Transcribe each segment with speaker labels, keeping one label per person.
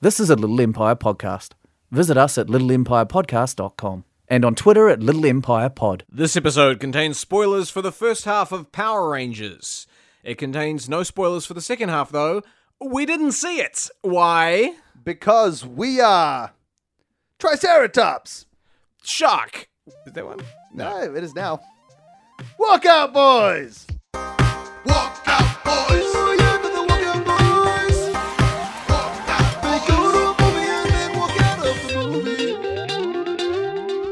Speaker 1: This is a Little Empire podcast. Visit us at littleempirepodcast.com and on Twitter at Little Empire Pod.
Speaker 2: This episode contains spoilers for the first half of Power Rangers. It contains no spoilers for the second half, though. We didn't see it. Why?
Speaker 3: Because we are Triceratops.
Speaker 2: Shock. Is that one?
Speaker 3: No, it is now. Walk out, boys. Walk out, boys.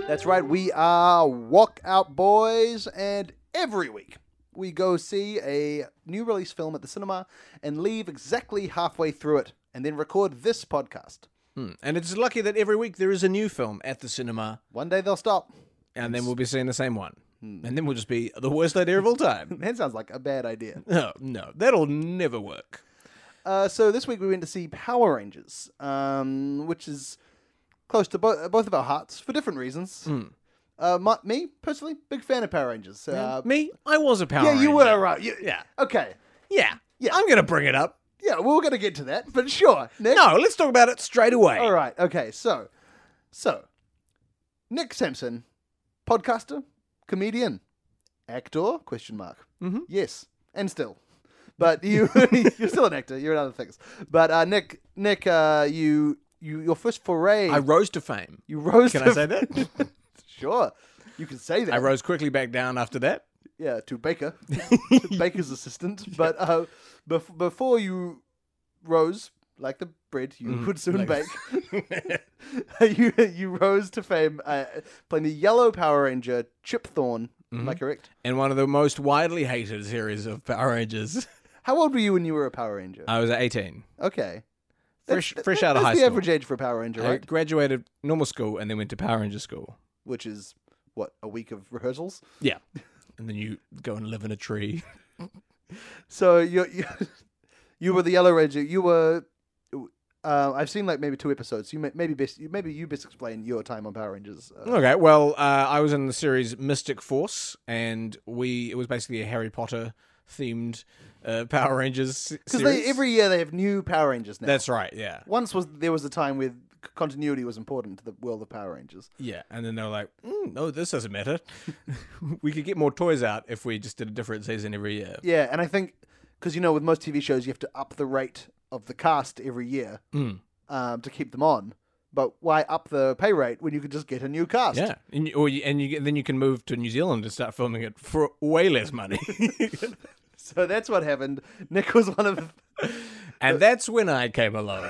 Speaker 3: That's right, we are Walk Out Boys, and every week we go see a new release film at the cinema and leave exactly halfway through it and then record this podcast.
Speaker 2: And it's lucky that every week there is a new film at the cinema,
Speaker 3: One day they'll stop.
Speaker 2: and then we'll be seeing the same one.
Speaker 3: Hmm.
Speaker 2: And then we'll just be the worst idea of all time.
Speaker 3: That sounds like a bad idea.
Speaker 2: No, no, that'll never work.
Speaker 3: Uh, so this week we went to see Power Rangers, um, which is close to bo- both of our hearts for different reasons.
Speaker 2: Hmm.
Speaker 3: Uh, my, me personally, big fan of Power Rangers. Uh,
Speaker 2: Me? I was a Power
Speaker 3: yeah, you
Speaker 2: Ranger.
Speaker 3: were right. You-
Speaker 2: Yeah.
Speaker 3: Okay.
Speaker 2: Yeah.
Speaker 3: Yeah.
Speaker 2: I'm going to bring it up.
Speaker 3: Yeah, we we're gonna get to that, but sure. Nick.
Speaker 2: No, let's talk about it straight away.
Speaker 3: All right. Okay. So, so Nick Sampson, podcaster, comedian, actor? Question mark. Mm-hmm. Yes, and still, but you you're still an actor. You're in other things. But uh, Nick, Nick, uh, you you your first foray.
Speaker 2: I rose to fame.
Speaker 3: you rose.
Speaker 2: Can
Speaker 3: to,
Speaker 2: I say that?
Speaker 3: Sure. You can say that.
Speaker 2: I rose quickly back down after that.
Speaker 3: yeah, to Baker, to Baker's assistant. But uh, bef- before you rose, like the bread you
Speaker 2: Mm-hmm.
Speaker 3: would soon bake, you you rose to fame uh, playing the Yellow Power Ranger Chip Thorne. Am
Speaker 2: Mm-hmm.
Speaker 3: I correct?
Speaker 2: in one of the most widely hated series of Power Rangers.
Speaker 3: How old were you when you were a Power Ranger?
Speaker 2: I was 18,
Speaker 3: okay,
Speaker 2: fresh
Speaker 3: Th-
Speaker 2: fresh
Speaker 3: th-
Speaker 2: out of
Speaker 3: that's
Speaker 2: Uh, high
Speaker 3: the
Speaker 2: school.
Speaker 3: average age for a Power Ranger,
Speaker 2: I
Speaker 3: right?
Speaker 2: graduated normal school and then went to Power Ranger school.
Speaker 3: Which is what a week of rehearsals.
Speaker 2: Yeah, and then you go and live in a tree.
Speaker 3: So you you, you were the Yellow Ranger. You were. Uh, I've seen like maybe two episodes. You may, maybe best. you- Maybe you best explain your time on Power Rangers. Uh,
Speaker 2: Okay, well, uh, I was in the series Mystic Force, and we it was basically a Harry Potter themed uh, Power Rangers se-
Speaker 3: Because
Speaker 2: series.
Speaker 3: every year they have new Power Rangers now.
Speaker 2: That's right, yeah,
Speaker 3: Once was there was a time where c- continuity was important to the world of Power Rangers.
Speaker 2: yeah. And then they were like, mm, "No, this doesn't matter. we could get more toys out if we just did a different season every year."
Speaker 3: Yeah, and I think because you know with most TV shows you have to up the rate of the cast every year
Speaker 2: Mm.
Speaker 3: um, to keep them on. But why up the pay rate when you could just get a new cast?
Speaker 2: Yeah, and you, or you, and you get- then you can move to New Zealand and start filming it for way less money.
Speaker 3: So that's what happened. Nick was one of the...
Speaker 2: and that's when I came along.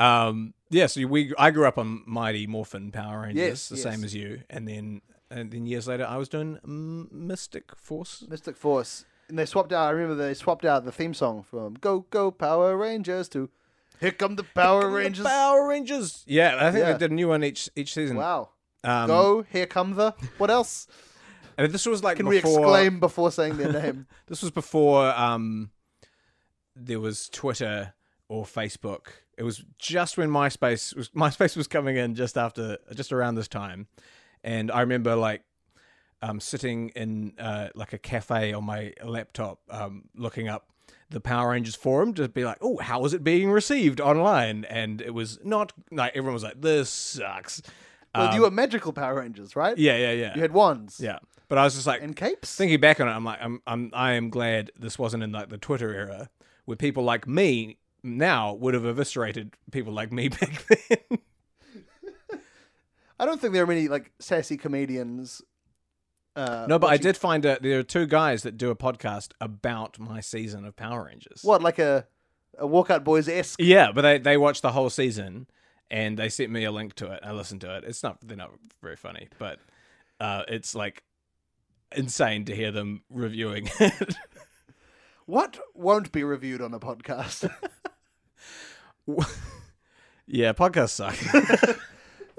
Speaker 2: Um, yeah, so we I grew up on Mighty Morphin Power Rangers,
Speaker 3: Yes,
Speaker 2: the
Speaker 3: yes.
Speaker 2: same as you, and then and then years later I was doing mm, Mystic Force.
Speaker 3: Mystic Force. And they swapped out. I remember they swapped out the theme song from "Go Go Power Rangers" to "Here Come the Power Rangers."
Speaker 2: The Power Rangers. Yeah, I think
Speaker 3: Yeah.
Speaker 2: they did a new one each each season.
Speaker 3: Wow.
Speaker 2: Um,
Speaker 3: Go, here come the. What else
Speaker 2: And this was like
Speaker 3: can we
Speaker 2: before,
Speaker 3: exclaim before saying their name?
Speaker 2: This was before um, there was Twitter or Facebook. It was just when MySpace was MySpace was coming in just after, just around this time, and I remember like um, sitting in uh, like a cafe on my laptop, um, looking up the Power Rangers forum to be like, oh, how is it being received online? And it was not like everyone was like, this sucks.
Speaker 3: well, you were magical Power Rangers, right?
Speaker 2: Um, Yeah, yeah, yeah,
Speaker 3: Uh, You had wands
Speaker 2: yeah. But I was just like,
Speaker 3: and capes.
Speaker 2: thinking back on it, I'm like, I'm, I'm, I am glad this wasn't in like the Twitter era, where people like me now would have eviscerated people like me back then.
Speaker 3: I don't think there are many like sassy comedians. Uh,
Speaker 2: no, but I
Speaker 3: watching-
Speaker 2: did find out there are two guys that do a podcast about my season of Power Rangers.
Speaker 3: What like a a walkout boys esque?
Speaker 2: Yeah, but they they watched the whole season and they sent me a link to it. I listened to it. It's not they're not very funny, but uh, it's like insane to hear them reviewing it.
Speaker 3: What won't be reviewed on a podcast?
Speaker 2: yeah, podcasts suck.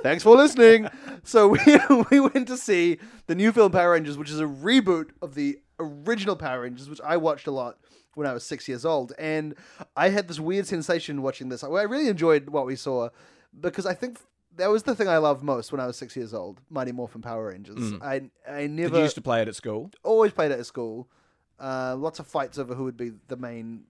Speaker 3: Thanks for listening. so we we went to see the new film Power Rangers, which is a reboot of the original Power Rangers, which I watched a lot when I was six years old, and I had this weird sensation watching this. I I really enjoyed what we saw because I think that was the thing I loved most when I was six years old: Mighty Morphin Power Rangers. I
Speaker 2: Mm.
Speaker 3: I
Speaker 2: Did
Speaker 3: never
Speaker 2: you used to play it at school?
Speaker 3: always played it at school. Uh, lots of fights over who would be the main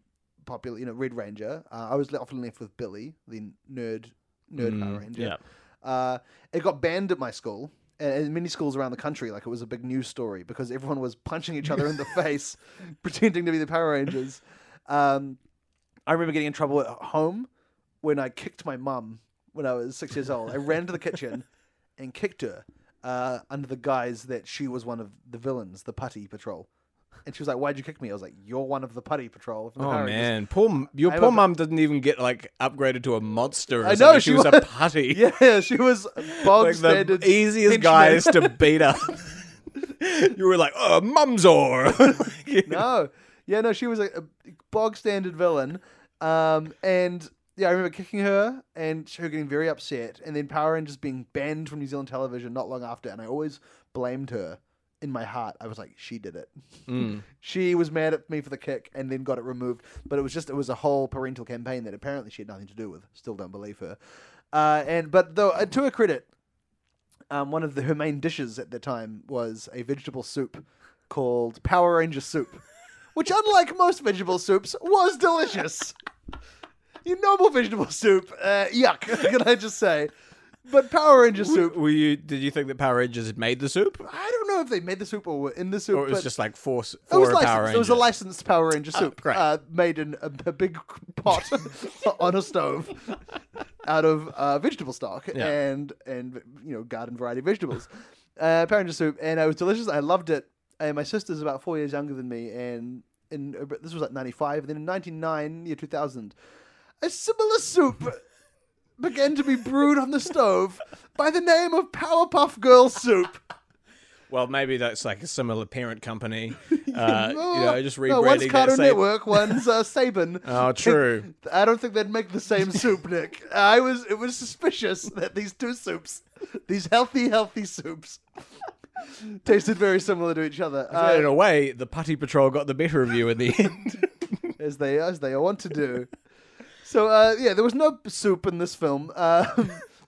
Speaker 3: popular, you know, Red Ranger. Uh, I was le- often left with Billy, the nerd nerd Power Ranger.
Speaker 2: yeah.
Speaker 3: Uh, it got banned at my school and and many schools around the country. Like it was a big news story because everyone was punching each other in the face, pretending to be the Power Rangers. Um, I remember getting in trouble at home when I kicked my mum when I was six years old. I ran to the kitchen and kicked her uh, under the guise that she was one of the villains, the Putty Patrol. And she was like, "Why'd you kick me?" I was like, "You're one of the Putty Patrol." from the
Speaker 2: Oh
Speaker 3: Power Rangers."
Speaker 2: man, poor m- your
Speaker 3: have
Speaker 2: poor
Speaker 3: a-
Speaker 2: mum didn't even get like upgraded to a monster. Or
Speaker 3: I know,
Speaker 2: something. she
Speaker 3: she
Speaker 2: was a
Speaker 3: was-
Speaker 2: putty.
Speaker 3: Yeah, she was bog
Speaker 2: like the E
Speaker 3: standard.
Speaker 2: easiest
Speaker 3: henchman.
Speaker 2: guys to beat up. you were like, oh, mumsor. You know?
Speaker 3: no, yeah, no, she was a, a bog standard villain. Um, and yeah, I remember kicking her and her getting very upset, and then Power Rangers being banned from New Zealand television not long after. And I always blamed her in my heart. I was like, she did it. she was mad at me for the kick, and then got it removed. But it was just it was a whole parental campaign that apparently she had nothing to do with. Still don't believe her. Uh, and but though uh, to her credit, um, one of the, her main dishes at the time was a vegetable soup called Power Ranger soup, which, unlike most vegetable soups, was delicious. Your normal vegetable soup, uh, yuck, can I just say? But Power Ranger soup,
Speaker 2: Were you? Did you think that Power Rangers had made the soup,
Speaker 3: I don't know if they made the soup or were in the soup,
Speaker 2: or it was
Speaker 3: but
Speaker 2: just like four, s-
Speaker 3: it
Speaker 2: four
Speaker 3: was
Speaker 2: Power
Speaker 3: licensed.
Speaker 2: Rangers?
Speaker 3: It was a licensed Power Ranger soup,
Speaker 2: great.
Speaker 3: Uh, made in a, a big pot on a stove out of uh, vegetable stock
Speaker 2: Yeah.
Speaker 3: and and you know garden variety vegetables. Uh, Power Ranger soup, and it was delicious. I loved it. And my sister's about four years younger than me, and in uh, but this was like ninety five, and then in ninety nine, year two thousand, a similar soup. Began to be brewed on the stove by the name of Powerpuff Girl Soup.
Speaker 2: well, maybe that's like a similar parent company. Uh, you know, just rebranding
Speaker 3: no, Oh, one's
Speaker 2: that
Speaker 3: Cartoon
Speaker 2: same-
Speaker 3: Network, one's uh, Saban.
Speaker 2: Oh, true.
Speaker 3: I don't think they'd make the same soup, Nick. I was it was suspicious that these two soups, these healthy, healthy soups, tasted very similar to each other,
Speaker 2: So in
Speaker 3: uh,
Speaker 2: a way, the Putty Patrol got the better of you in the end.
Speaker 3: as they as they want to do. So uh, yeah, there was no soup in this film. Uh,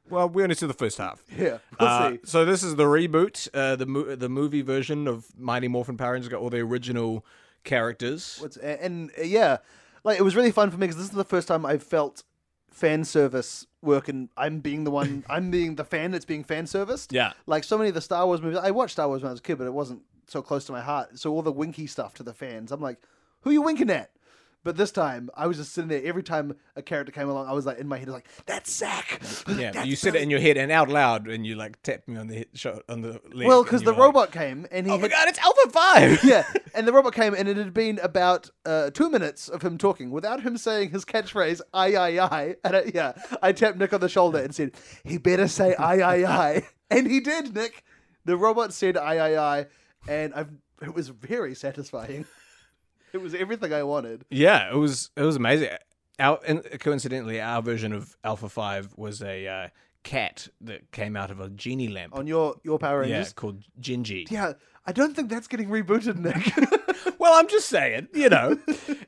Speaker 2: well, we only saw the first half.
Speaker 3: yeah, we'll
Speaker 2: Uh,
Speaker 3: see.
Speaker 2: so this is the reboot, uh, the mo- the movie version of Mighty Morphin Power Rangers. Got all the original characters.
Speaker 3: What's a- and uh, yeah, like it was really fun for me because this is the first time I felt fan service work, and I'm being the one, I'm being the fan that's being fan serviced.
Speaker 2: Yeah.
Speaker 3: like so many of the Star Wars movies. I watched Star Wars when I was a kid, but it wasn't so close to my heart. So all the winky stuff to the fans, I'm like, who you winking at? But this time, I was just sitting there. Every time a character came along, I was like in my head, like that's Zack.
Speaker 2: Yeah, but
Speaker 3: That's
Speaker 2: you said it in your head and out loud, and you like tapped me on the head, shot on the leg.
Speaker 3: Well,
Speaker 2: and
Speaker 3: because
Speaker 2: you
Speaker 3: the
Speaker 2: were like,
Speaker 3: robot came and he
Speaker 2: Oh my
Speaker 3: had
Speaker 2: god, it's Alpha Five.
Speaker 3: yeah, and the robot came, and it had been about uh, two minutes of him talking without him saying his catchphrase "aye aye aye." And I, yeah, I tapped Nick on the shoulder and said, "He better say aye aye aye," and he did. Nick, the robot said "aye aye aye," and I've, it was very satisfying. It was everything I wanted.
Speaker 2: Yeah, it was it was amazing. Our and coincidentally, our version of Alpha Five was a uh, cat that came out of a genie lamp.
Speaker 3: On your your Power
Speaker 2: yeah,
Speaker 3: Rangers,
Speaker 2: called Gingy.
Speaker 3: yeah, I don't think that's getting rebooted, Nick.
Speaker 2: Well, I'm just saying, you know,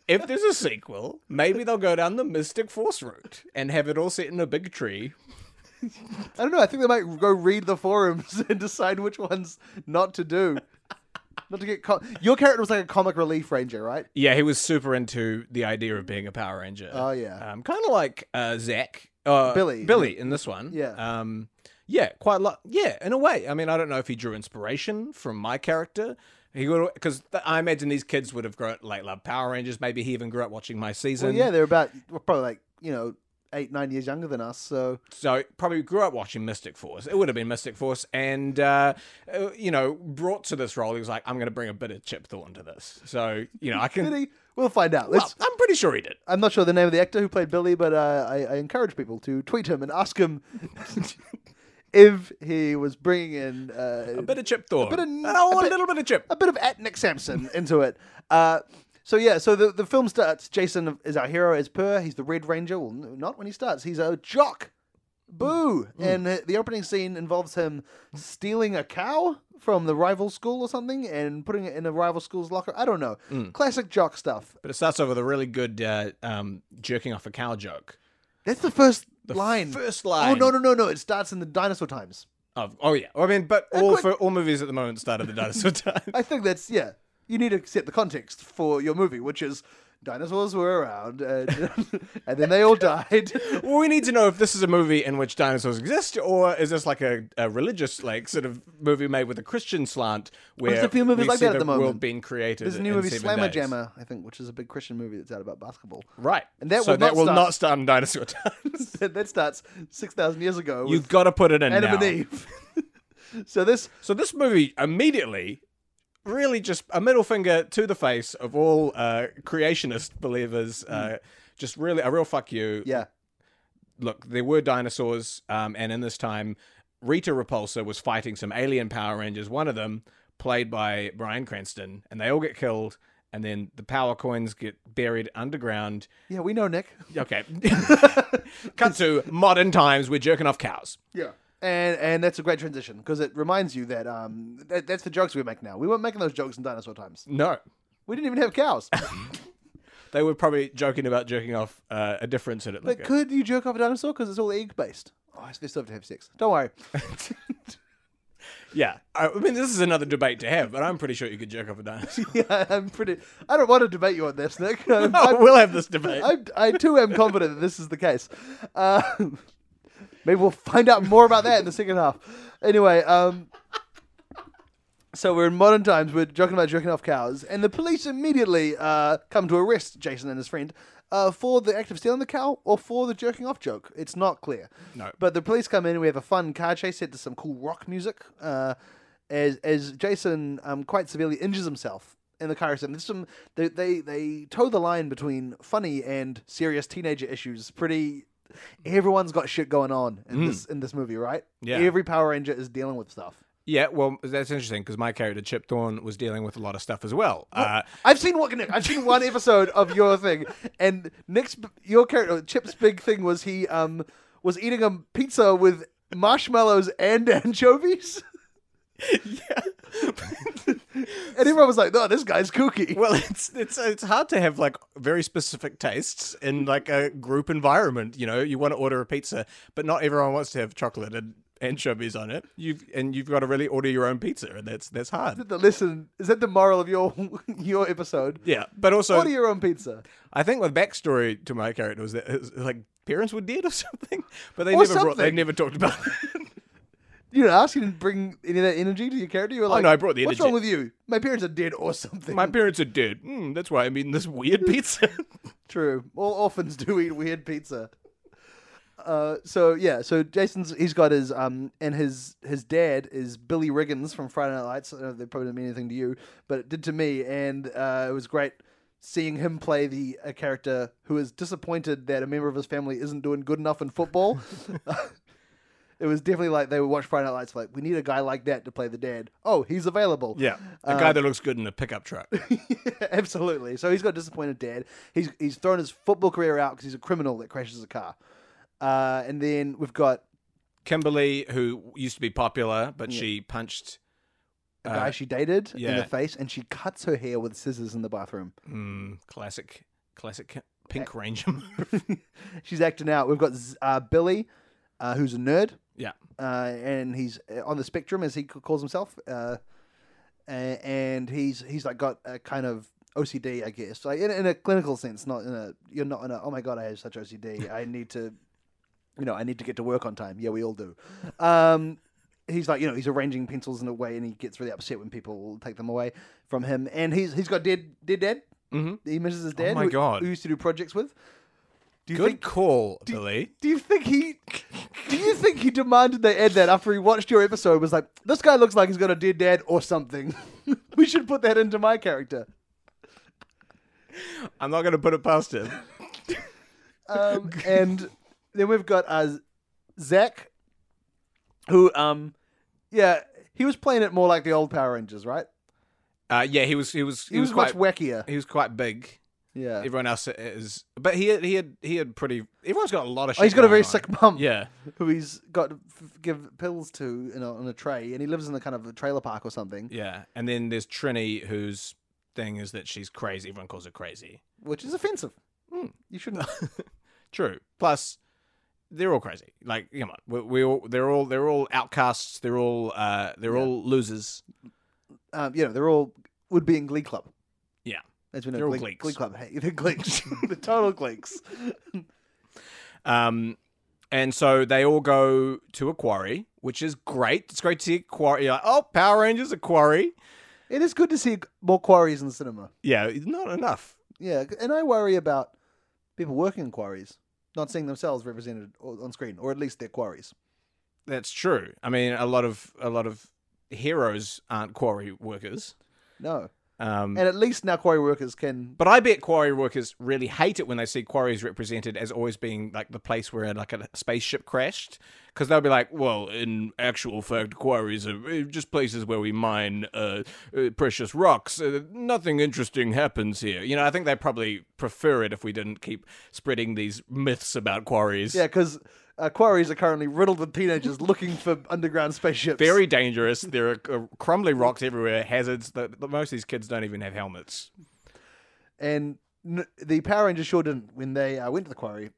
Speaker 2: if there's a sequel, maybe they'll go down the Mystic Force route and have it all set in a big tree.
Speaker 3: I don't know. I think they might go read the forums and decide which ones not to do. Not to get co- your character was like a comic relief ranger, right?
Speaker 2: Yeah, he was super into the idea of being a Power Ranger.
Speaker 3: Oh, yeah.
Speaker 2: um, kind of like uh, Zach, uh,
Speaker 3: Billy.
Speaker 2: Billy in this one.
Speaker 3: Yeah.
Speaker 2: um, yeah, quite a lot. Yeah, in a way. I mean, I don't know if he drew inspiration from my character. He would because I imagine these kids would have grown like loved Power Rangers. Maybe he even grew up watching my season.
Speaker 3: Well, yeah, they're about well, probably like you know eight, nine years younger than us. So
Speaker 2: so probably grew up watching Mystic Force. It would have been Mystic Force, and uh, uh, you know, brought to this role, he was like, "I'm going to bring a bit of Chip Thorne to this." So you know, I can.
Speaker 3: really, we'll find out.
Speaker 2: Well,
Speaker 3: Let's,
Speaker 2: I'm pretty sure he did.
Speaker 3: I'm not sure the name of the actor who played Billy, but uh, I, I encourage people to tweet him and ask him if he was bringing in uh,
Speaker 2: A bit of Chip Thorne.
Speaker 3: bit of-
Speaker 2: no,
Speaker 3: a
Speaker 2: a,
Speaker 3: bit-
Speaker 2: little bit of Chip.
Speaker 3: a bit of at Nick Sampson into it. Uh, so yeah, so the, the film starts. Jason is our hero as per. He's the Red Ranger. Well, n- not when he starts. He's a jock. Boo!
Speaker 2: Hmm.
Speaker 3: And uh, the opening scene involves him stealing a cow from the rival school or something and putting it in a rival school's locker. I don't know.
Speaker 2: Hmm.
Speaker 3: Classic jock stuff.
Speaker 2: But it starts off with a really good uh, um, jerking off a cow joke.
Speaker 3: That's the first line.
Speaker 2: First
Speaker 3: Oh
Speaker 2: line.
Speaker 3: no no no no! It starts in the dinosaur times.
Speaker 2: Of, oh yeah. I mean, but all
Speaker 3: quick-
Speaker 2: for all movies at the moment started the dinosaur time.
Speaker 3: I think that's yeah. You need to set the context for your movie, which is dinosaurs were around, and, and then they all died.
Speaker 2: Well, we need to know if this is a movie in which dinosaurs exist, or is this like a, a religious, like sort of movie made with a Christian slant, where
Speaker 3: there's a few movies
Speaker 2: we
Speaker 3: like
Speaker 2: see
Speaker 3: that at the
Speaker 2: world
Speaker 3: moment.
Speaker 2: being created.
Speaker 3: There's a new
Speaker 2: in
Speaker 3: movie,
Speaker 2: seven
Speaker 3: Slammer
Speaker 2: days.
Speaker 3: Jammer, I think, which is a big Christian movie that's out about basketball.
Speaker 2: right?
Speaker 3: And that
Speaker 2: so
Speaker 3: will
Speaker 2: that
Speaker 3: not
Speaker 2: will
Speaker 3: start-
Speaker 2: not start in dinosaur times.
Speaker 3: that starts six thousand years ago.
Speaker 2: You've
Speaker 3: With
Speaker 2: got to put it in
Speaker 3: Adam
Speaker 2: now.
Speaker 3: and Eve. so this
Speaker 2: So this movie immediately, really just a middle finger to the face of all uh, creationist believers.
Speaker 3: Mm.
Speaker 2: Uh, just really a real fuck you.
Speaker 3: Yeah.
Speaker 2: Look, there were dinosaurs, um, and in this time, Rita Repulsa was fighting some alien Power Rangers. One of them, played by Brian Cranston, and they all get killed. And then the power coins get buried underground.
Speaker 3: Yeah, we know Nick.
Speaker 2: Okay. Cut to modern times. We're jerking off cows.
Speaker 3: Yeah. And and that's a great transition because it reminds you that um that, that's the jokes we make now. We weren't making those jokes in dinosaur times.
Speaker 2: No.
Speaker 3: We didn't even have cows.
Speaker 2: They were probably joking about jerking off uh, a different sort of
Speaker 3: but
Speaker 2: liquor.
Speaker 3: could you jerk off a dinosaur because it's all egg based? Oh, they still have to have sex. Don't worry.
Speaker 2: Yeah, I I mean, this is another debate to have, but I'm pretty sure you could jerk off a dinosaur.
Speaker 3: yeah, I'm pretty. I don't want to debate you on this, Nick. I'm,
Speaker 2: oh,
Speaker 3: I'm,
Speaker 2: we'll have this debate.
Speaker 3: I'm, I too am confident that this is the case. Uh, maybe we'll find out more about that in the second half. Anyway, um, so we're in modern times. We're joking about jerking off cows, and the police immediately uh, come to arrest Jason and his friend uh, for the act of stealing the cow or for the jerking off joke. It's not clear.
Speaker 2: No.
Speaker 3: But the police come in. and We have a fun car chase set to some cool rock music. Uh, as as Jason um, quite severely injures himself in the car accident. There's some they, they they toe the line between funny and serious teenager issues. Pretty. Everyone's got shit going on in this in this movie, right?
Speaker 2: Hmm. Yeah.
Speaker 3: Every Power Ranger is dealing with stuff.
Speaker 2: yeah, well, that's interesting because my character Chip Thorne was dealing with a lot of stuff as well. Uh,
Speaker 3: I've seen what Nick, I've seen one episode of your thing, and Nick's your character Chip's big thing was he um was eating a pizza with marshmallows and anchovies,
Speaker 2: yeah.
Speaker 3: and everyone was like, "Oh, this guy's kooky."
Speaker 2: well, it's it's it's hard to have like very specific tastes in like a group environment. You know, you want to order a pizza, but not everyone wants to have chocolate and anchovies on it. You've and you've got to really order your own pizza, and that's that's hard.
Speaker 3: The listen is that the moral of your your episode?
Speaker 2: Yeah, but also
Speaker 3: Order your own pizza.
Speaker 2: I think the backstory to my character was that his, like parents were dead or something, but they
Speaker 3: Or
Speaker 2: never Brought, they
Speaker 3: something.
Speaker 2: never talked about. it.
Speaker 3: You didn't ask. You didn't bring any of that energy to your character. You were like,
Speaker 2: Oh, no, I brought the
Speaker 3: What's
Speaker 2: energy."
Speaker 3: wrong with you? My parents are dead or something.
Speaker 2: my parents are dead. Mm, that's why I'm eating this weird pizza.
Speaker 3: True. All orphans do eat weird pizza. Uh, so yeah, so Jason's he's got his um and his his dad is Billy Riggins from Friday Night Lights. I know that probably didn't mean anything to you, but it did to me, and uh, it was great seeing him play the a character who is disappointed that a member of his family isn't doing good enough in football. it was definitely like they would watch Friday Night Lights, like we need a guy like that to play the dad. Oh, he's available.
Speaker 2: yeah, Uh, a guy that looks good in a pickup truck.
Speaker 3: Absolutely. So he's got a disappointed dad. He's he's thrown his football career out because he's a criminal that crashes a car. Uh, and then we've got
Speaker 2: Kimberly, who used to be popular, but she punched.
Speaker 3: a guy she dated in
Speaker 2: Uh, yeah.
Speaker 3: the face, and she cuts her hair with scissors in the bathroom.
Speaker 2: Mm, classic, classic Ki- Pink Ranger. move.
Speaker 3: She's acting out. We've got Z- uh, Billy, uh, who's a nerd,
Speaker 2: yeah,
Speaker 3: uh, and he's uh, on the spectrum as he c- calls himself. Uh, a- and he's he's like got a kind of OCD, I guess, like in, in a clinical sense, not in a you're not in a oh my god, I have such OCD. I need to you know, I need to get to work on time. Yeah, we all do. Um, he's like, you know, he's arranging pencils in a way, and he gets really upset when people take them away from him. And he's he's got dead dead dad.
Speaker 2: Mhm.
Speaker 3: He misses his dad.
Speaker 2: my
Speaker 3: who,
Speaker 2: God.
Speaker 3: Who he used to do projects with? Do you
Speaker 2: good
Speaker 3: think?
Speaker 2: call, Billy.
Speaker 3: Do you think he? Do you think he demanded they add that after he watched your episode? Was like, this guy looks like he's got a dead dad or something. we should put that into my character.
Speaker 2: I'm not going to put it past him.
Speaker 3: Um, and then we've got uh, Zach, who, um, yeah, he was playing it more like the old Power Rangers, right?
Speaker 2: Uh, yeah, he was. He was.
Speaker 3: He, was,
Speaker 2: quite.
Speaker 3: much wackier.
Speaker 2: he was quite big.
Speaker 3: Yeah.
Speaker 2: Everyone else is, but he had, he had he had pretty. Everyone's got a lot of. Shit
Speaker 3: Oh, he's got a
Speaker 2: going
Speaker 3: very
Speaker 2: on.
Speaker 3: sick mum
Speaker 2: Yeah,
Speaker 3: who he's got to f- give pills to you know, on a tray, and he lives in a kind of a trailer park or something,
Speaker 2: yeah, and then there's Trini, whose thing is that she's crazy. Everyone calls her crazy.
Speaker 3: which is offensive. You shouldn't.
Speaker 2: True. Plus, they're all crazy. Like, come on, we, we all they're all they're all outcasts. They're all uh they're all losers.
Speaker 3: um, you know, they're all would be in Glee Club.
Speaker 2: Yeah,
Speaker 3: As we know,
Speaker 2: They're all
Speaker 3: Glee,
Speaker 2: gleeks.
Speaker 3: Glee Club, hey, the Gleeks, the total Gleeks.
Speaker 2: Um, and so they all go to a quarry, which is great. It's great to see a quarry. You're like, oh, Power Rangers, a quarry.
Speaker 3: It is good to see more quarries in the cinema.
Speaker 2: Yeah, not enough.
Speaker 3: Yeah, and I worry about people working in quarries not seeing themselves represented o- on screen, or at least their quarries.
Speaker 2: That's true. I mean, a lot of a lot of heroes aren't quarry workers.
Speaker 3: No,
Speaker 2: Um,
Speaker 3: and at least now quarry workers can.
Speaker 2: but I bet quarry workers really hate it when they see quarries represented as always being like the place where like a spaceship crashed, because they'll be like, "Well, in actual fact, quarries are uh, just places where we mine uh, uh, precious rocks. Uh, nothing interesting happens here." You know, I think they probably prefer it if we didn't keep spreading these myths about quarries.
Speaker 3: Yeah, because uh, quarries are currently riddled with teenagers looking for underground spaceships.
Speaker 2: very dangerous. There are uh, crumbly rocks everywhere, hazards. That that most of these kids don't even have helmets.
Speaker 3: and n- the Power Rangers sure didn't when they uh, went to the quarry,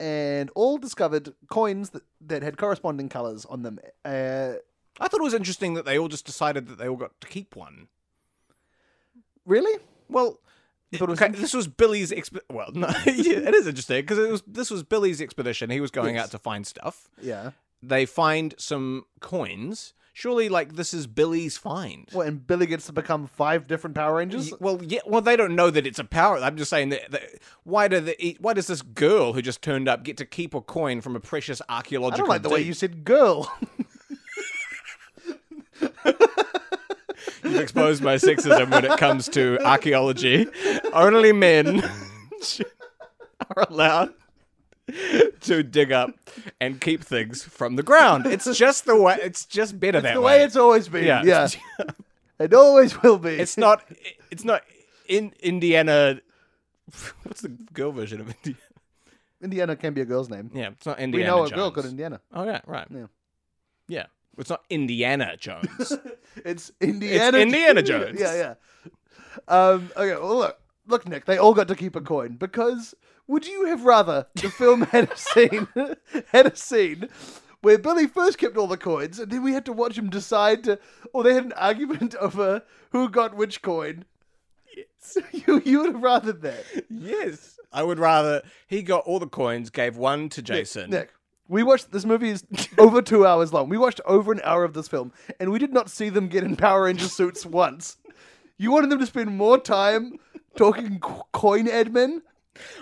Speaker 3: and all discovered coins that, that had corresponding colors on them. Uh,
Speaker 2: I thought it was interesting that they all just decided that they all got to keep one.
Speaker 3: really?
Speaker 2: Well,
Speaker 3: thought it was
Speaker 2: okay, this was Billy's exp- well, no, yeah, it is interesting because it was this was Billy's expedition. He was going
Speaker 3: Yes.
Speaker 2: out to find stuff.
Speaker 3: Yeah.
Speaker 2: They find some coins. Surely, like this is Billy's find.
Speaker 3: Well, and Billy gets to become five different Power Rangers.
Speaker 2: Y- well, yeah. Well, they don't know that it's a power. I'm just saying that. that why do the, Why does this girl who just turned up get to keep a coin from a precious
Speaker 3: I
Speaker 2: archaeological?
Speaker 3: don't like the way
Speaker 2: dig?
Speaker 3: you said "girl."
Speaker 2: You've exposed my sexism when it comes to archaeology. Only men are allowed to dig up and keep things from the ground. It's just the way. It's just better that
Speaker 3: the
Speaker 2: way.
Speaker 3: way it's always been.
Speaker 2: Yeah.
Speaker 3: Yeah. it always will be.
Speaker 2: It's not. It's not in Indiana. What's the girl version of Indiana?
Speaker 3: Indiana can be a girl's name.
Speaker 2: Yeah, it's not
Speaker 3: we
Speaker 2: Indiana.
Speaker 3: know a
Speaker 2: Jones.
Speaker 3: girl called Indiana.
Speaker 2: Oh yeah, right.
Speaker 3: Yeah.
Speaker 2: Yeah. It's not Indiana Jones.
Speaker 3: It's Indiana.
Speaker 2: Indiana Jones.
Speaker 3: yeah, yeah. Um, okay. Well, look, look, Nick. They all got to keep a coin because would you have rather the film had a scene had a scene where Billy first kept all the coins and then we had to watch him decide to, or they had an argument over who got which coin. you you would have rather that,
Speaker 2: yes. I would rather he got all the coins, gave one to Jason.
Speaker 3: Nick. We watched this movie is over two hours long. We watched over an hour of this film, and we did not see them get in Power Ranger suits once. You wanted them to spend more time talking co- coin admin?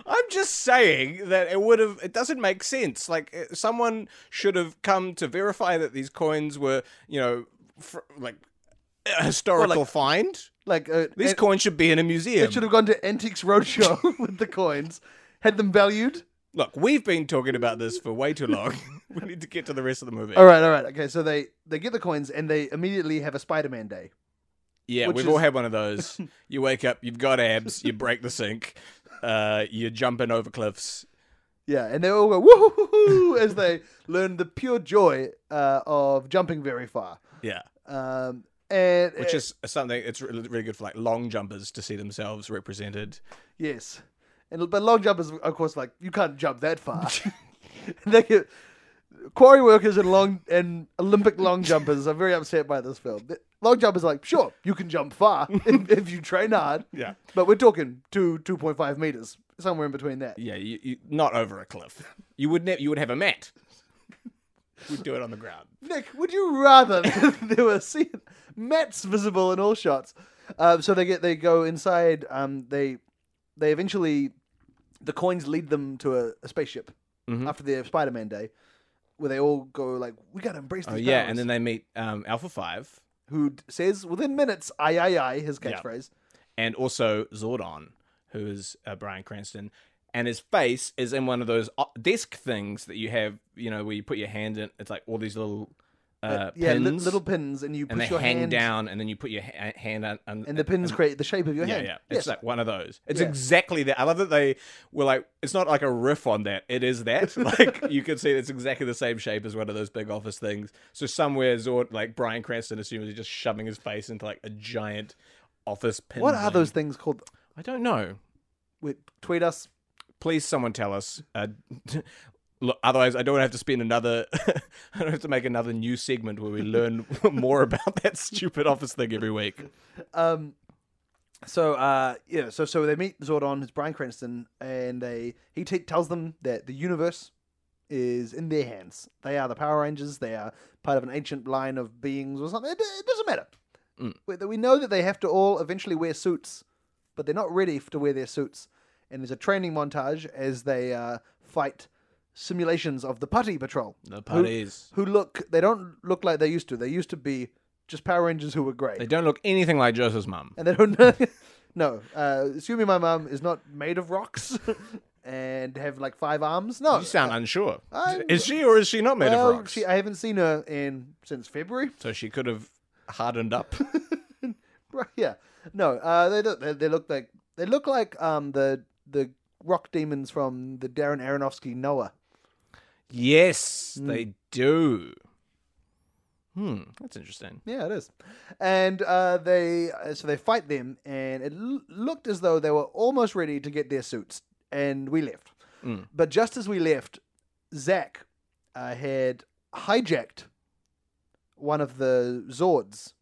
Speaker 2: I'm just saying that it would have. It doesn't make sense. Like uh, someone should have come to verify that these coins were, you know, fr- like a historical find.
Speaker 3: Like uh,
Speaker 2: These
Speaker 3: an-
Speaker 2: coins should be in a museum.
Speaker 3: it should have gone to Antiques Roadshow with the coins, had them valued.
Speaker 2: Look, we've been talking about this for way too long. we need to get to the rest of the movie.
Speaker 3: All right, all right, okay. So they they get the coins and they immediately have a Spider-Man day.
Speaker 2: Yeah,
Speaker 3: Which
Speaker 2: we've all
Speaker 3: is-
Speaker 2: had one of those. You wake up, you've got abs, you break the sink, uh, you're jumping over cliffs.
Speaker 3: Yeah, and they all go woohoo as they learn the pure joy uh, of jumping very far.
Speaker 2: Yeah,
Speaker 3: Um, and
Speaker 2: which is something. It's really, really good for like long jumpers to see themselves represented.
Speaker 3: Yes, and but long jumpers, of course, like you can't jump that far. they get, quarry workers and long and Olympic long jumpers are very upset by this film. The- Long jumpers are like, sure, you can jump far if, if you train hard.
Speaker 2: Yeah.
Speaker 3: but we're talking two two point five meters, somewhere in between that.
Speaker 2: Yeah, you, you, not over a cliff. You would ne- you would have a mat. We'd do it on the ground.
Speaker 3: Nick, would you rather there were see Mets visible in all shots? Um, so they get they go inside. Um, they they eventually the coins lead them to a, a spaceship
Speaker 2: Mm-hmm.
Speaker 3: after their Spider Man day, where they all go like, "We gotta embrace these
Speaker 2: Oh yeah,
Speaker 3: powers."
Speaker 2: and then they meet um, Alpha Five
Speaker 3: who d- says within minutes, "I I I," his catchphrase.
Speaker 2: and also Zordon, who is uh, Brian Cranston, and his face is in one of those o- desk things that you have. You know, where you put your hand in. It's like all these little uh,
Speaker 3: yeah, li-
Speaker 2: pins,
Speaker 3: little pins, and you
Speaker 2: and
Speaker 3: push
Speaker 2: they
Speaker 3: your
Speaker 2: hang
Speaker 3: hand
Speaker 2: down, and then you put your ha- hand on. on
Speaker 3: and the pins create the shape of your
Speaker 2: yeah,
Speaker 3: hand.
Speaker 2: yeah, it's
Speaker 3: Yes.
Speaker 2: like one of those. It's
Speaker 3: Yeah.
Speaker 2: exactly that. I love that they were like, it's not like a riff on that. It is that. Like you can see, it's exactly the same shape as one of those big office things. So somewhere, Zord, like Brian Cranston, assumes he's just shoving his face into like a giant office pin.
Speaker 3: what are
Speaker 2: thing.
Speaker 3: those things called?
Speaker 2: I don't know.
Speaker 3: Wait, tweet us.
Speaker 2: Please, someone tell us. Uh, look, otherwise, I don't have to spend another. I don't have to make another new segment where we learn more about that stupid office thing every week.
Speaker 3: Um, So uh, yeah, so so they meet Zordon, who's Brian Cranston, and they he t- tells them that the universe is in their hands. They are the Power Rangers. They are part of an ancient line of beings or something. It, it doesn't matter.
Speaker 2: Mm.
Speaker 3: We, we know that they have to all eventually wear suits, but they're not ready f- to wear their suits. And there's a training montage as they uh, fight simulations of the Putty Patrol
Speaker 2: The
Speaker 3: Who-
Speaker 2: putties.
Speaker 3: who look they don't look like they used to. They used to be just Power Rangers who were grey,
Speaker 2: They don't look anything like Joseph's mum.
Speaker 3: and they don't. no, uh, assuming my mum is not made of rocks and have like five arms. No,
Speaker 2: You sound unsure.
Speaker 3: I'm-
Speaker 2: is she or is she not made
Speaker 3: well,
Speaker 2: of rocks?
Speaker 3: she- I haven't seen her in since February.
Speaker 2: so she could have hardened up.
Speaker 3: Right, yeah, no, uh, they, don't- they they look like they look like um the the rock demons from the Darren Aronofsky Noah.
Speaker 2: yes,
Speaker 3: Hmm.
Speaker 2: they do. Hmm, that's interesting.
Speaker 3: Yeah, it is. And uh, they uh, so they fight them, and it l- looked as though they were almost ready to get their suits, and we left.
Speaker 2: Mm.
Speaker 3: But just as we left, Zack uh, had hijacked one of the Zords,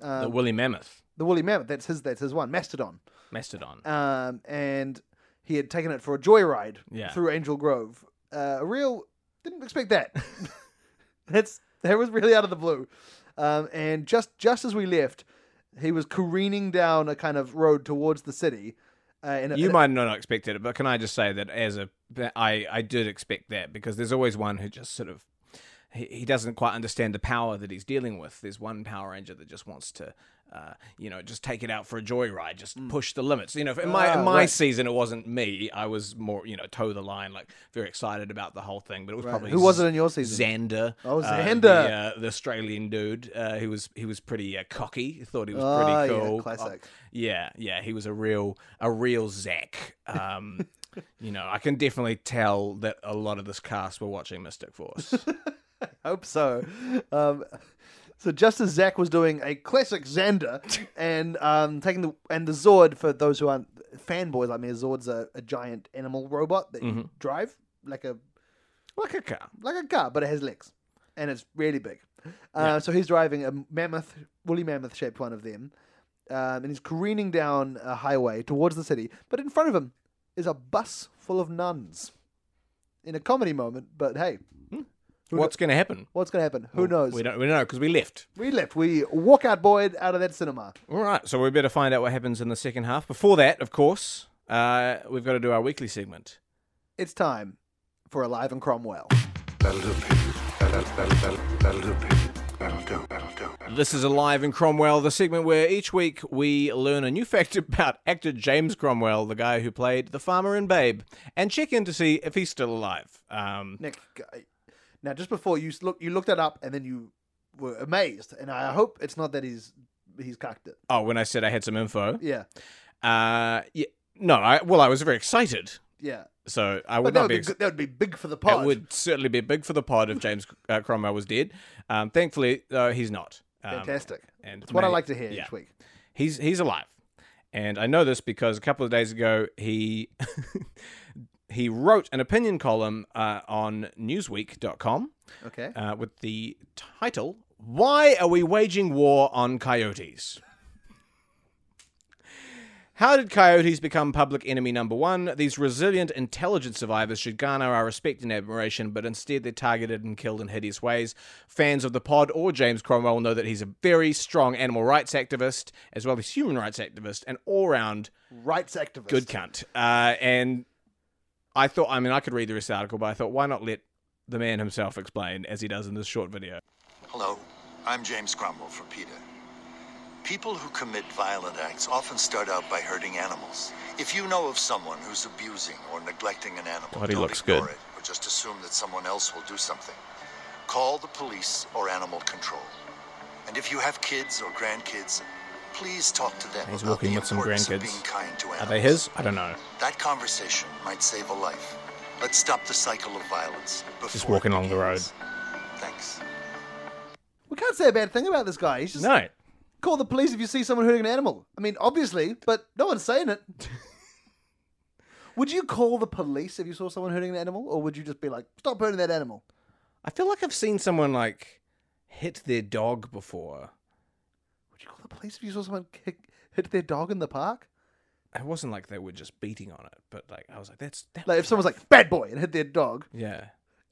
Speaker 3: um,
Speaker 2: the
Speaker 3: the,
Speaker 2: woolly mammoth,
Speaker 3: woolly mammoth. That's his. That's his one, Mastodon.
Speaker 2: mastodon.
Speaker 3: Um, and he had taken it for a joyride
Speaker 2: Yeah.
Speaker 3: through Angel Grove. Uh, a real didn't expect that. That's that was really out of the blue. Um, and just just as we left, he was careening down a kind of road towards the city. Uh, and it-
Speaker 2: you
Speaker 3: and it-
Speaker 2: might not have expected it, but can I just say that as a, that I I did expect that because there's always one who just sort of, he, he doesn't quite understand the power that he's dealing with. There's one Power Ranger that just wants to, uh, you know, just take it out for a joyride, just push the limits. You know, in my
Speaker 3: Mm. Ah,
Speaker 2: in my
Speaker 3: right.
Speaker 2: season, it wasn't me. I was more, you know, toe the line, like very excited about the whole thing. But it was probably
Speaker 3: who was it in your season?
Speaker 2: Xander.
Speaker 3: Oh,
Speaker 2: uh,
Speaker 3: Xander.
Speaker 2: the, uh, the Australian dude uh, who was he was pretty uh, cocky. He thought he was
Speaker 3: Ah, yeah,
Speaker 2: pretty cool.
Speaker 3: classic.
Speaker 2: yeah, yeah, he was a real a real Zack. Um, you know, I can definitely tell that a lot of this cast were watching Mystic Force.
Speaker 3: I hope so. Um, so just as Zach was doing a classic Xander and um, taking the and the Zord for those who aren't fanboys like me, a Zord's a, a giant animal robot that
Speaker 2: Mm-hmm.
Speaker 3: you drive like a
Speaker 2: like a car.
Speaker 3: like a car, but it has legs, and it's really big. Uh, so he's driving a mammoth, woolly mammoth shaped one of them, um, and he's careening down a highway towards the city. But in front of him is a bus full of nuns. In a comedy moment, but hey,
Speaker 2: What's going to happen?
Speaker 3: what's going to happen? Who knows?
Speaker 2: We don't we don't know because we left.
Speaker 3: We left. We walk out, Boyd, out of that cinema.
Speaker 2: All right, so we better find out what happens in the second half. Before that, of course, uh, we've got to do our weekly segment.
Speaker 3: It's time for Alive and Cromwell.
Speaker 4: That'll do, Pete. That'll, that'll, that'll, that'll do, Pete. That'll do, that'll do. that'll-
Speaker 2: This is Alive in Cromwell, the segment where each week we learn a new fact about actor James Cromwell, the guy who played the farmer in Babe, and check in to see if he's still alive. Um,
Speaker 3: Nick, I- now just before you s- look, you looked that up, and then you were amazed. And I hope it's not that he's he's cocked it.
Speaker 2: oh, when I said I had some info,
Speaker 3: Yeah,
Speaker 2: uh, yeah, no, I, well, I was very excited,
Speaker 3: yeah.
Speaker 2: so I
Speaker 3: But
Speaker 2: would
Speaker 3: that
Speaker 2: not
Speaker 3: would
Speaker 2: be.
Speaker 3: be
Speaker 2: Ex-
Speaker 3: good. that would be big for the
Speaker 2: it
Speaker 3: pod.
Speaker 2: would certainly be big for the pod if James uh, Cromwell was dead. Um, thankfully, though, he's not. Um,
Speaker 3: Fantastic.
Speaker 2: and
Speaker 3: It's what I
Speaker 2: may-
Speaker 3: like to hear
Speaker 2: yeah.
Speaker 3: each week.
Speaker 2: he's he's alive and i know this because a couple of days ago he he wrote an opinion column uh, on newsweek.com
Speaker 3: Okay.
Speaker 2: uh, with the title why are we waging war on coyotes how did coyotes become public enemy number one? These resilient, intelligent survivors should garner our respect and admiration, but instead they're targeted and killed in hideous ways. Fans of the pod or James Cromwell know that he's a very strong animal rights activist, as well as human rights activist, and all round
Speaker 3: Rights activist.
Speaker 2: good cunt. Uh, and I thought, I mean, I could read the rest of the article, but I thought, why not let the man himself explain, as he does in this short video?
Speaker 5: Hello, I'm James Cromwell for PETA. People who commit violent acts often start out by hurting animals. If you know of someone who's abusing or neglecting an animal,
Speaker 2: God, he
Speaker 5: don't
Speaker 2: looks
Speaker 5: ignore
Speaker 2: good.
Speaker 5: it or just assume that someone else will do something. Call the police or animal control. And if you have kids or grandkids, please talk to them
Speaker 2: He's
Speaker 5: about
Speaker 2: walking
Speaker 5: the
Speaker 2: with some
Speaker 5: importance
Speaker 2: grandkids.
Speaker 5: of being kind to animals.
Speaker 2: Are they his? I don't know.
Speaker 5: That conversation might save a life. Let's stop the cycle of violence. before
Speaker 2: walking
Speaker 5: it
Speaker 2: along the road.
Speaker 5: begins. Thanks.
Speaker 3: We can't say a bad thing about this guy. He's just
Speaker 2: No.
Speaker 3: call the police if you see someone hurting an animal. I mean, obviously, but no one's saying it. would you call the police if you saw someone hurting an animal, or would you just be like, "Stop hurting that animal"?
Speaker 2: I feel like I've seen someone like hit their dog before.
Speaker 3: Would you call the police if you saw someone kick, hit their dog in the park?
Speaker 2: It wasn't like they were just beating on it, but like I was like, that's that
Speaker 3: Like if
Speaker 2: was
Speaker 3: someone's
Speaker 2: rough.
Speaker 3: like bad boy and hit their dog,
Speaker 2: yeah.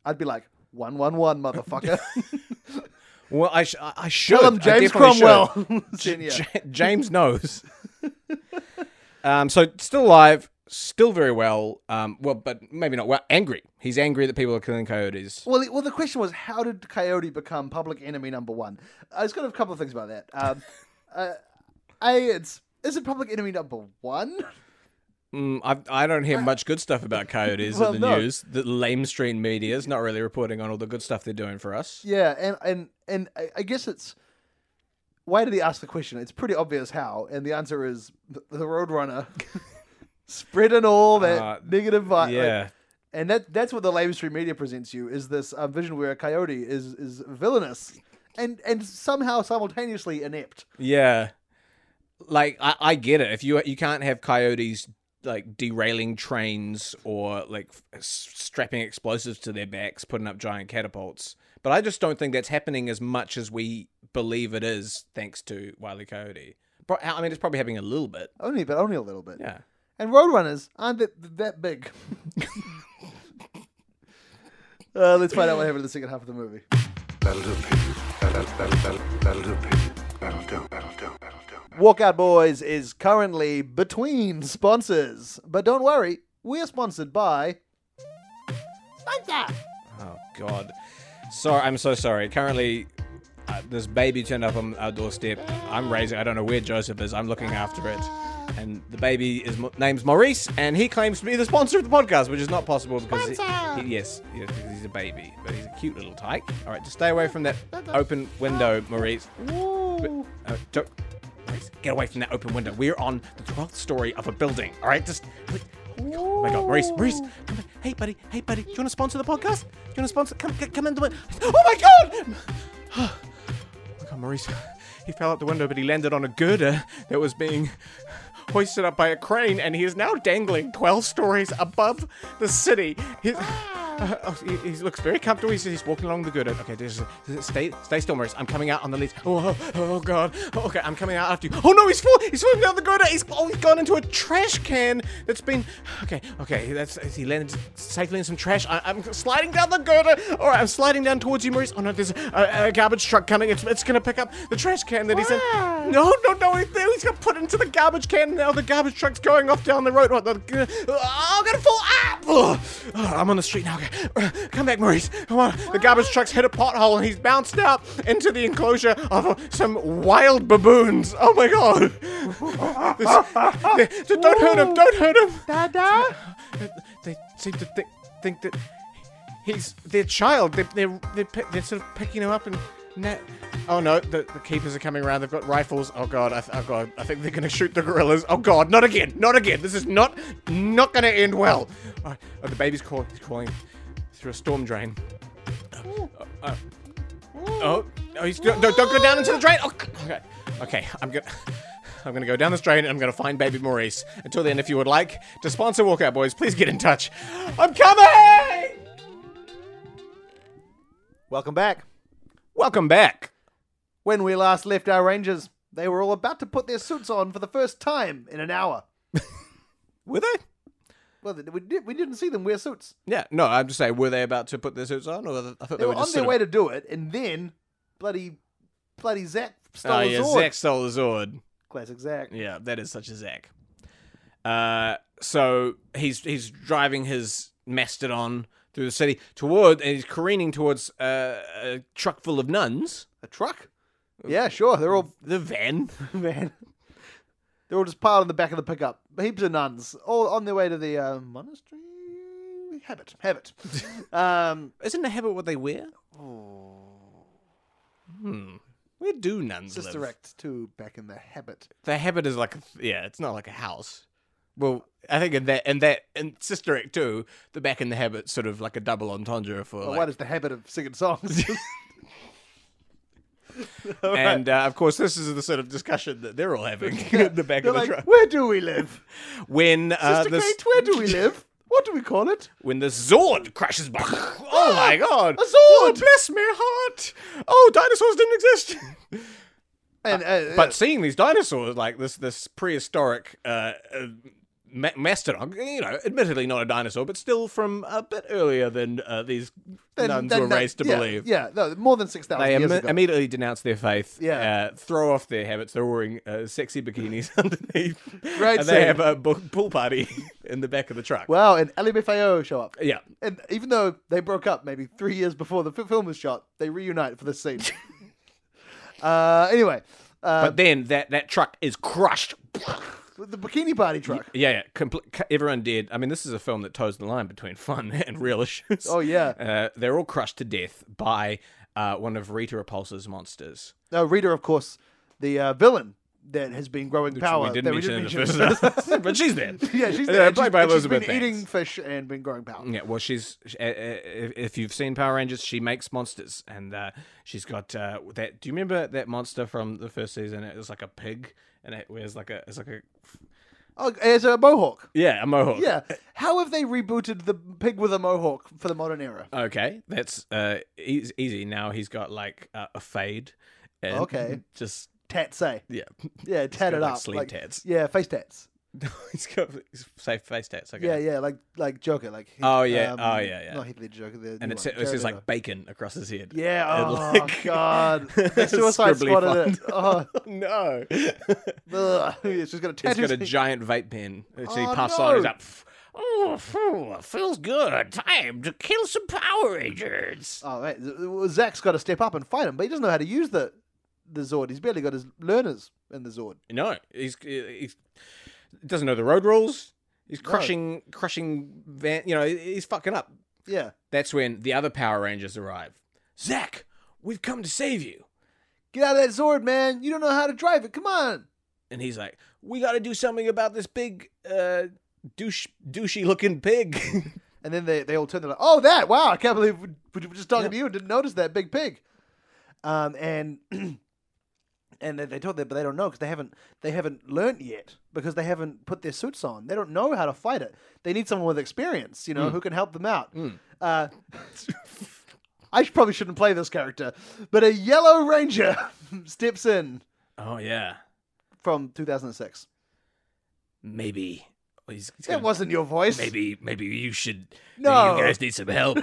Speaker 3: I'd be like one one one motherfucker.
Speaker 2: Well, I sh- I I should
Speaker 3: Tell 'em
Speaker 2: I
Speaker 3: James
Speaker 2: definitely should.
Speaker 3: Cromwell.
Speaker 2: J-
Speaker 3: Senior.
Speaker 2: J- James knows. um, so still alive, still very well. Um, well, but maybe not well. Angry. He's angry that people are killing coyotes.
Speaker 3: Well, it- well, the question was, how did Coyote become public enemy number one? I just got a couple of things about that. Um, uh, a, it's is it public enemy number one?
Speaker 2: Mm, I I don't hear much good stuff about coyotes
Speaker 3: Uh, Well,
Speaker 2: in the
Speaker 3: no.
Speaker 2: news. The lamestream media is not really reporting on all the good stuff they're doing for us.
Speaker 3: Yeah, and and and I, I guess it's why did he ask the question? It's pretty obvious how, and the answer is th- the Roadrunner spreading all that
Speaker 2: Uh,
Speaker 3: negative vibe.
Speaker 2: yeah.
Speaker 3: and that that's what the mainstream media presents you is this uh, vision where a coyote is is villainous and and somehow simultaneously inept.
Speaker 2: Yeah. Like I, I get it. If you you can't have coyotes like derailing trains or like s- strapping explosives to their backs, putting up giant catapults. But I just don't think that's happening as much as we believe it is, thanks to Wiley Coyote. Pro- I mean, it's probably happening a little bit.
Speaker 3: Only, but only a little bit.
Speaker 2: Yeah.
Speaker 3: And Roadrunners aren't that, that big. uh, let's find out what happened in the second half of the movie.
Speaker 4: That'll do, Pete. That'll, that'll, that'll, that'll do, Pete. That'll do, that'll do, that'll do.
Speaker 3: Walkout Boys is currently between sponsors, but don't worry, we're sponsored by.
Speaker 2: Oh God. Sorry, I'm so sorry. Currently, uh, this baby turned up on our doorstep. I'm raising. I don't know where Joseph is. I'm looking after it, and the baby is name's Maurice, and he claims to be the sponsor of the podcast, which is not possible because he- he, yes, yes, because he's a baby, but he's a cute little tyke. All right, just stay away from that open window, Maurice. Uh, don't, Maurice, get away from that open window. We're on the 12th story of a building. All right, just. Oh my god, Maurice, Maurice, come on. Hey, buddy, hey, buddy, do you want to sponsor the podcast? Do you want to sponsor? Come, c- come into my. Oh my god! Look, Maurice, he fell out the window, but he landed on a girder that was being hoisted up by a crane, and he is now dangling 12 stories above the city. His- Oh, he, he looks very comfortable. He's, he's walking along the girder. Okay, just, just stay, stay still, Maurice. I'm coming out on the leads. Oh, oh, oh, god. Oh, okay, I'm coming out after you. Oh no, he's full. He's falling down the girder. He's oh, he's gone into a trash can that's been. Okay, okay, that's he landed safely in some trash. I, I'm sliding down the girder. All right, I'm sliding down towards you, Maurice. Oh no, there's a, a garbage truck coming. It's, it's gonna pick up the trash can that he's in. No, no, no, he's, he's gonna put it into the garbage can now. The garbage truck's going off down the road. What the? Oh, I'm gonna fall. Ah! Ugh. Oh, I'm on the street now. Okay, Uh, come back, Maurice. Come on. The garbage truck's hit a pothole and he's bounced out into the enclosure of uh, some wild baboons. Oh my god. This- they- don't hurt him. Don't hurt him. Dada. They seem to think, think that he's their child. They're, they're, they're, pi- they're sort of picking him up and. Na- oh no, the, the keepers are coming around. They've got rifles. Oh god, I th- oh god, I think they're gonna shoot the gorillas. Oh god, not again, not again. This is not not gonna end well. All right. Oh, the baby's call- he's calling through a storm drain. Oh, oh he's, no, don't go down into the drain. Oh, okay, okay, I'm gonna. I'm gonna go down this drain and I'm gonna find baby Maurice. Until then, if you would like to sponsor Walkout Boys, please get in touch. I'm coming!
Speaker 3: Welcome back.
Speaker 2: Welcome back.
Speaker 3: When we last left our Rangers, they were all about to put their suits on for the first time in an hour.
Speaker 2: Were they?
Speaker 3: Well, th- we, did, we didn't see them wear suits.
Speaker 2: Yeah, no, I'm just saying, were they about to put their suits on? Or I thought they,
Speaker 3: They, were,
Speaker 2: just
Speaker 3: on their
Speaker 2: sort
Speaker 3: way
Speaker 2: of,
Speaker 3: to do it, and then bloody, bloody Zach stole
Speaker 2: Oh,
Speaker 3: his
Speaker 2: yeah,
Speaker 3: sword.
Speaker 2: Zack stole the sword.
Speaker 3: Classic Zach.
Speaker 2: Yeah, that is such a Zack. Uh, so he's he's driving his mastodon through the city toward, and he's careening towards uh, a truck full of nuns.
Speaker 3: A truck? Yeah, sure. They're all
Speaker 2: The van.
Speaker 3: man. They're all just piled in the back of the pickup. Heaps of nuns, all on their way to the uh, monastery. Habit, habit. um,
Speaker 2: Isn't a habit what they wear? Hmm. Where do nuns
Speaker 3: just
Speaker 2: live?
Speaker 3: direct to back in the habit.
Speaker 2: The habit is like a th- yeah, it's not like a house. Well, I think in that and that and Sister Act too, the back in the habit sort of like a double entendre for
Speaker 3: Well,
Speaker 2: like,
Speaker 3: why does the habit of singing songs?
Speaker 2: and uh, of course this is the sort of discussion that they're all having in the back
Speaker 3: They're
Speaker 2: of the
Speaker 3: like,
Speaker 2: truck
Speaker 3: where do we live?
Speaker 2: when uh,
Speaker 3: Sister
Speaker 2: the s-
Speaker 3: Kate, where do we live? What do we call it?
Speaker 2: when the Zord crashes by. oh my god,
Speaker 3: a Zord!
Speaker 2: Oh, bless my heart. Oh, dinosaurs didn't exist.
Speaker 3: And uh,
Speaker 2: But seeing these dinosaurs, like this this prehistoric uh, uh, ma- mastodon, you know, admittedly not a dinosaur, but still from a bit earlier than uh, these
Speaker 3: then-
Speaker 2: nuns
Speaker 3: then
Speaker 2: were
Speaker 3: that-
Speaker 2: raised to
Speaker 3: yeah,
Speaker 2: believe.
Speaker 3: Yeah, no, more than six thousand
Speaker 2: They
Speaker 3: years
Speaker 2: imme-
Speaker 3: ago.
Speaker 2: immediately denounce their faith,
Speaker 3: Yeah.
Speaker 2: uh, throw off their habits. They're wearing uh, sexy bikinis underneath,
Speaker 3: Great
Speaker 2: and
Speaker 3: scene.
Speaker 2: they have a bu- pool party in the back of the truck.
Speaker 3: wow, and Ali Fayol show up.
Speaker 2: yeah,
Speaker 3: And even though they broke up maybe three years before the f- film was shot, they reunite for this scene. uh, anyway, uh,
Speaker 2: but then that that truck is crushed.
Speaker 3: the bikini party truck.
Speaker 2: Yeah, yeah. Compl- cu- everyone did. I mean, this is a film that toes the line between fun and real issues.
Speaker 3: Oh, yeah.
Speaker 2: Uh, they're all crushed to death by uh, one of Rita Repulsa's monsters.
Speaker 3: Now, Uh, Rita, of course, the uh, villain that has been growing
Speaker 2: Which
Speaker 3: power.
Speaker 2: we didn't
Speaker 3: that
Speaker 2: mention in
Speaker 3: mention.
Speaker 2: the first but she's there.
Speaker 3: yeah, she's
Speaker 2: Uh,
Speaker 3: there. and
Speaker 2: played
Speaker 3: she's-
Speaker 2: by
Speaker 3: and
Speaker 2: Elizabeth
Speaker 3: She's been
Speaker 2: Banks.
Speaker 3: eating fish and been growing power.
Speaker 2: Yeah, well, she's sh- uh, uh, if if you've seen Power Rangers, she makes monsters, and uh, she's got uh, that. Do you remember that monster from the first season? It was like a pig, and it wears like a it's like a
Speaker 3: Oh, as a mohawk.
Speaker 2: yeah a mohawk.
Speaker 3: Yeah. How have they rebooted the pig with a mohawk for the modern era?
Speaker 2: Okay, that's uh eas- easy. Now he's got like uh, a fade. And
Speaker 3: Okay.
Speaker 2: Just
Speaker 3: Tat say.
Speaker 2: yeah.
Speaker 3: eh? Yeah, tat
Speaker 2: got,
Speaker 3: it
Speaker 2: like,
Speaker 3: up.
Speaker 2: sleeve tats.
Speaker 3: Yeah, face tats.
Speaker 2: he's got he's safe face tats. Okay.
Speaker 3: Yeah, yeah, like like Joker, like Heath-
Speaker 2: Oh, yeah, oh, yeah, yeah.
Speaker 3: Not Heath Ledger Joker, the new
Speaker 2: And
Speaker 3: one,
Speaker 2: it's it
Speaker 3: Jared
Speaker 2: says
Speaker 3: Leto.
Speaker 2: like bacon across his head.
Speaker 3: yeah,
Speaker 2: And,
Speaker 3: oh
Speaker 2: like,
Speaker 3: god, They Suicide
Speaker 2: scribbly
Speaker 3: Squad in it.
Speaker 2: font.
Speaker 3: Oh,
Speaker 2: no.
Speaker 3: ugh. Yeah, she's got a
Speaker 2: He's
Speaker 3: tattoo.
Speaker 2: got a giant vape pen. Which he
Speaker 3: Oh,
Speaker 2: puffs on. He's
Speaker 3: no.
Speaker 2: like, oh, phew, feels good. Time to kill some Power Rangers.
Speaker 3: oh right, Z- well, Zack's got to step up and fight him, but he doesn't know how to use the the Zord. He's barely got his learners in the Zord.
Speaker 2: No, he's he's doesn't know the road rules. He's crushing crushing van. You know, he's fucking up.
Speaker 3: Yeah,
Speaker 2: That's when the other Power Rangers arrive. Zack, we've come to save you.
Speaker 3: get out of that Zord, man. You don't know how to drive it. Come on.
Speaker 2: And he's like, we got to do something about this big, uh, douche, douchey looking pig.
Speaker 3: And then they, they all turn. They're like, "Oh, that! Wow! I can't believe we, we were just talking to you and didn't notice that big pig." Um, and and they, they told that, but they don't know because they haven't they haven't learnt yet because they haven't put their suits on. They don't know how to fight it. They need someone with experience, you know,
Speaker 2: Hmm.
Speaker 3: who can help them out. Uh, I should, probably shouldn't play this character, but a yellow ranger steps in
Speaker 2: oh, yeah.
Speaker 3: from 2006.
Speaker 2: Maybe. He's, he's
Speaker 3: That
Speaker 2: gonna-
Speaker 3: wasn't your voice.
Speaker 2: maybe, maybe you should.
Speaker 3: No.
Speaker 2: Maybe you guys need some help.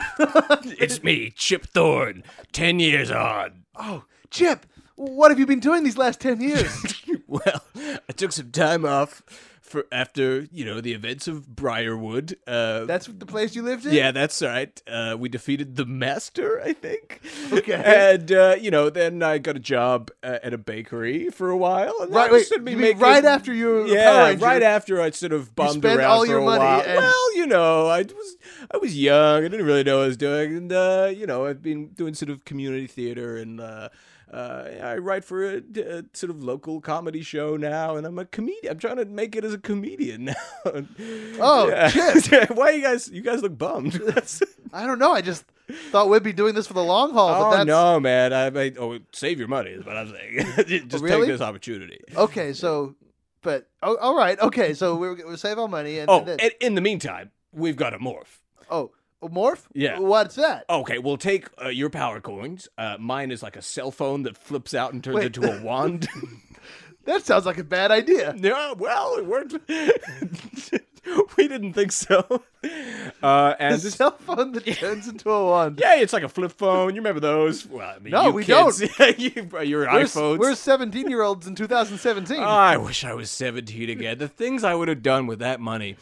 Speaker 2: it's me, Chip Thorne, 10 years on.
Speaker 3: Oh, Chip, what have you been doing these last ten years?
Speaker 2: well, I took some time off for after, you know, the events of Briarwood. Uh,
Speaker 3: That's the place you lived in.
Speaker 2: Yeah, that's right. Uh, we defeated the master, I think.
Speaker 3: Okay.
Speaker 2: And uh, you know, then I got a job uh, at a bakery for a while. And that
Speaker 3: Right,
Speaker 2: was
Speaker 3: wait,
Speaker 2: sort of me
Speaker 3: you mean right after you were a Power
Speaker 2: yeah,
Speaker 3: Ranger?
Speaker 2: right after I sort of bummed
Speaker 3: spent
Speaker 2: around
Speaker 3: all
Speaker 2: for
Speaker 3: your
Speaker 2: a
Speaker 3: money
Speaker 2: while.
Speaker 3: and-
Speaker 2: Well, you know, I was I was young. I didn't really know what I was doing, and uh, you know, I've been doing sort of community theater and. Uh, uh, I write for a, a sort of local comedy show now, and I'm a comedian. I'm trying to make it as a comedian now.
Speaker 3: Oh,
Speaker 2: shit! Why you guys? You guys look bummed.
Speaker 3: I don't know. I just thought we'd be doing this for the long haul, but
Speaker 2: oh
Speaker 3: that's
Speaker 2: no, man! I made, oh, save your money is what I'm saying. Just
Speaker 3: Really?
Speaker 2: take this opportunity.
Speaker 3: okay. So, but oh, all right. Okay, so we're, we'll save our money and
Speaker 2: Oh,
Speaker 3: then-
Speaker 2: and in the meantime, we've got a morph.
Speaker 3: oh, a morph.
Speaker 2: Yeah.
Speaker 3: what's that?
Speaker 2: Okay, we'll take uh, your power coins. Uh, mine is like a cell phone that flips out and turns
Speaker 3: Wait.
Speaker 2: into a wand.
Speaker 3: That sounds like a bad idea.
Speaker 2: yeah, well, it worked. we didn't think so. Uh,
Speaker 3: A
Speaker 2: and this,
Speaker 3: cell phone that turns into a wand.
Speaker 2: yeah, it's like a flip phone. You remember those? Well, I mean,
Speaker 3: No,
Speaker 2: you
Speaker 3: we
Speaker 2: kids, you, your
Speaker 3: We're, s-
Speaker 2: iPhones.
Speaker 3: we're 17 year olds in 2017.
Speaker 2: Oh, I wish I was 17 again. The things I would have done with that money.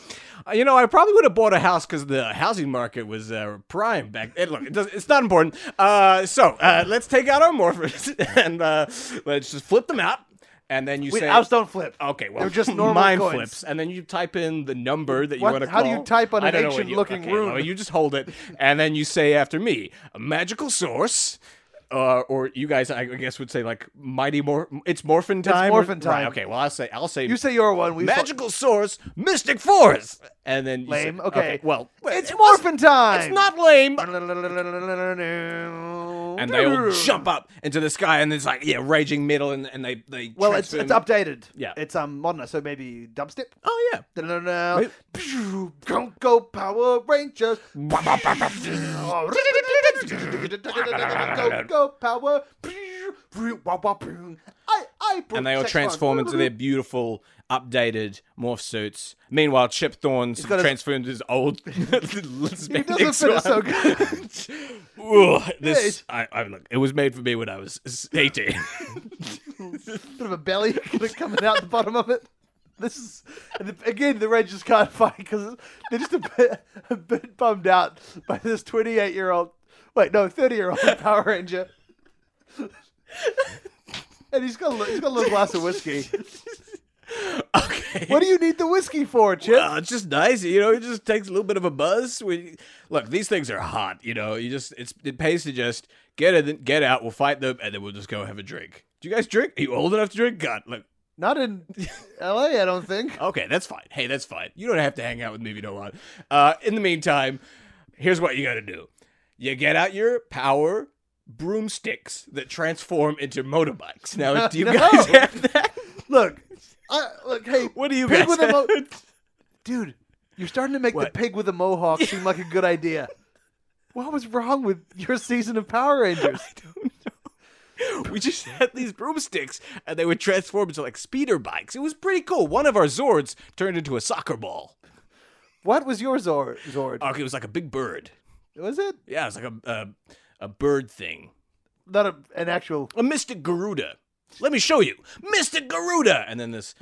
Speaker 2: Uh, You know, I probably would have bought a house because the housing market was uh, prime back then. Look, it does, it's not important. Uh, so uh, let's take out our morphers and uh, let's just flip them out. And then you
Speaker 3: Wait,
Speaker 2: say.
Speaker 3: ours don't flip.
Speaker 2: Okay, well,
Speaker 3: They're just normal
Speaker 2: mine
Speaker 3: coins.
Speaker 2: flips, and then you type in the number that you
Speaker 3: What-
Speaker 2: want to call.
Speaker 3: how do you type on
Speaker 2: I
Speaker 3: an
Speaker 2: don't know what you-
Speaker 3: ancient-looking
Speaker 2: okay,
Speaker 3: rune?
Speaker 2: well, you just hold it, and then you say after me, a magical source, uh, or you guys, I guess, would say like mighty mor. It's morphin time. or-
Speaker 3: Morphin Time.
Speaker 2: Right, okay, well, I will say I'll say
Speaker 3: You say you're one. We
Speaker 2: magical source, mystic force, and then you say-
Speaker 3: Lame, okay.
Speaker 2: well,
Speaker 3: It's
Speaker 2: it was-
Speaker 3: morphin time.
Speaker 2: It's not lame.
Speaker 3: And
Speaker 2: And they all jump up into the sky, and it's like yeah, raging metal, and, and they they
Speaker 3: Well, it's,
Speaker 2: transform-
Speaker 3: it's updated.
Speaker 2: Yeah.
Speaker 3: it's um modern, so maybe dubstep.
Speaker 2: Oh yeah.
Speaker 3: Dun-dun-dun. Phew. Don't go Power Rangers. Go, go, power. I, I, I brought
Speaker 2: and they all
Speaker 3: sex
Speaker 2: transform
Speaker 3: fun.
Speaker 2: into their beautiful, updated morph suits. Meanwhile, Chip Thorne's
Speaker 3: got a-
Speaker 2: transformed his old
Speaker 3: He doesn't fit us so good.
Speaker 2: Ugh, this
Speaker 3: it's-
Speaker 2: I, I look. It was made for me when I was eighteen.
Speaker 3: bit of a belly kind of coming out the bottom of it. This is and the- again the Rangers can't fight because they're just a bit, a bit bummed out by this 28 year old, wait no 30 year old Power Ranger, and he's got a, li- he's got a little glass of whiskey.
Speaker 2: okay.
Speaker 3: What do you need the whiskey for, Chip?
Speaker 2: Uh, it's just nice, you know. It just takes a little bit of a buzz. We look; these things are hot, you know. You just it's, it pays to just get it, get out. We'll fight them, and then we'll just go have a drink. Do you guys drink? Are you old enough to drink? God, look.
Speaker 3: Not in L.A. I don't think.
Speaker 2: Okay, that's fine. Hey, that's fine. You don't have to hang out with me if you don't want. Uh, in the meantime, here's what you got to do: you get out your power broomsticks that transform into motorbikes. Now, do you
Speaker 3: No.
Speaker 2: guys have that?
Speaker 3: Look, I, look, hey,
Speaker 2: What do you
Speaker 3: pig
Speaker 2: guys
Speaker 3: with a mo-
Speaker 2: have?
Speaker 3: dude? You're starting to make
Speaker 2: What?
Speaker 3: the pig with a mohawk seem like a good idea. What was wrong with your season of Power Rangers?
Speaker 2: We just had these broomsticks, and they would transform into like speeder bikes. It was pretty cool. One of our Zords turned into a soccer ball.
Speaker 3: What was your Zord? Zord?
Speaker 2: Okay, it was like a big bird.
Speaker 3: was it
Speaker 2: Yeah, it was like a a, a bird thing.
Speaker 3: not a, an actual?
Speaker 2: A Mystic Garuda. Let me show you, Mystic Garuda. And then this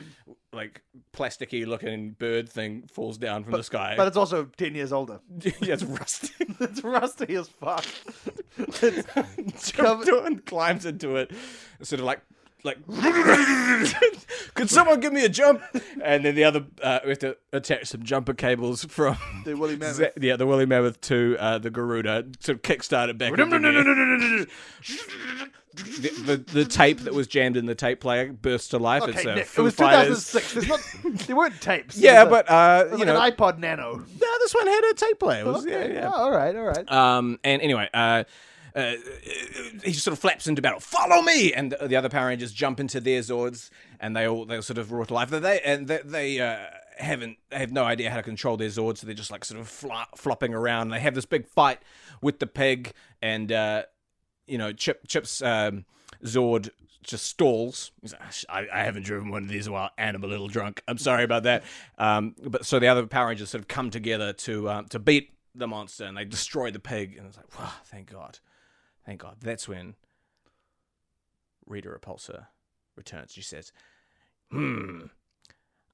Speaker 2: like plasticky looking bird thing falls down from the sky.
Speaker 3: But it's also ten years older.
Speaker 2: yeah, it's rusty.
Speaker 3: It's rusty as fuck. It's-
Speaker 2: Jumped on, climbs into it, sort of like like. Could someone give me a jump? And then the other, uh, we have to attach some jumper cables from
Speaker 3: The woolly mammoth.
Speaker 2: Ze- yeah, the Woolly Mammoth to uh, the Garuda to kickstart it back. into gear. the, the, the tape that was jammed in the tape player bursts to life.
Speaker 3: okay,
Speaker 2: it's uh,
Speaker 3: Nick, it
Speaker 2: Foo
Speaker 3: was
Speaker 2: Fighters.
Speaker 3: 2006. There's not. There weren't tapes.
Speaker 2: Yeah,
Speaker 3: It was a-
Speaker 2: but uh,
Speaker 3: it was
Speaker 2: you
Speaker 3: like
Speaker 2: know,
Speaker 3: an iPod Nano.
Speaker 2: no, this one had a tape player. It was-
Speaker 3: Okay,
Speaker 2: yeah, yeah.
Speaker 3: oh, all right, all right.
Speaker 2: Um, and anyway, uh, uh, he sort of flaps into battle. Follow me! And the other Power Rangers jump into their Zords, and they all they all sort of roar to life. They and they, they uh, haven't they have no idea how to control their Zords, so they're just like sort of fla flopping around. And they have this big fight with the pig, and uh, you know, Chip Chip's um, Zord just stalls. He's like, "Ah, sh- I, I haven't driven one of these in a while, and I'm a little drunk. I'm sorry about that. Um, but so the other Power Rangers sort of come together to um, to beat the monster, and they destroy the pig. And it's like, wow, thank God, thank God. That's when Rita Repulsa returns. She says, "Hmm."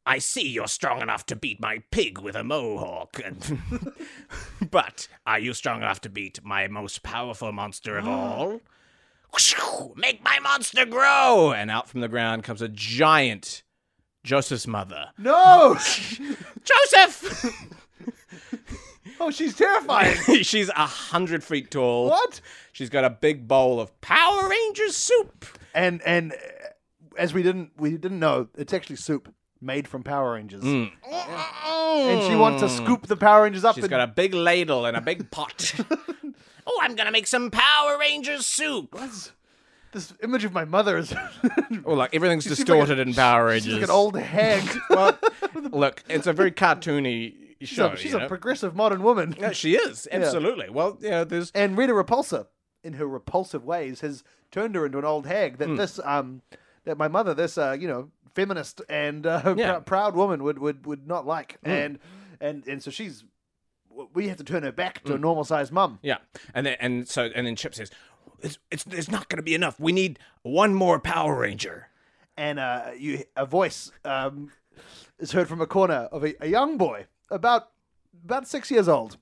Speaker 2: I see you're strong enough to beat my pig with a mohawk, and but are you strong enough to beat my most powerful monster of all? Make my monster grow! And out from the ground comes a giant Joseph's mother.
Speaker 3: no.
Speaker 2: Joseph!
Speaker 3: oh, she's terrifying.
Speaker 2: She's a hundred feet tall.
Speaker 3: What?
Speaker 2: She's got a big bowl of Power Rangers soup.
Speaker 3: And and uh, as we didn't we didn't know, it's actually soup made from Power Rangers. And she wants to scoop the Power Rangers up.
Speaker 2: Mm. She's
Speaker 3: and
Speaker 2: got a big ladle and a big pot. oh, I'm gonna make some Power Rangers soup.
Speaker 3: this image of my mother is
Speaker 2: Well, like Oh, everything's
Speaker 3: seems like
Speaker 2: distorted in Power Rangers.
Speaker 3: she's like an old hag.
Speaker 2: well, look, it's a very cartoony
Speaker 3: She's,
Speaker 2: show.
Speaker 3: a, she's
Speaker 2: you
Speaker 3: a
Speaker 2: know?
Speaker 3: progressive modern woman.
Speaker 2: Yeah, she is absolutely. Well, you know, there's
Speaker 3: And Rita Repulsa, in her repulsive ways, has turned her into an old
Speaker 2: Mm.
Speaker 3: hag that this um that my mother, this uh, you know, feminist and uh,
Speaker 2: Yeah. Mm.
Speaker 3: prou- proud woman would would would not like. And and and so she's we have to turn her back
Speaker 2: Mm.
Speaker 3: to a normal sized mum.
Speaker 2: yeah, and then and so and then Chip says, "It's it's, it's not going to be enough. We need one more Power Ranger."
Speaker 3: and uh, you a voice um, is heard from a corner of a, a young boy about about six years old.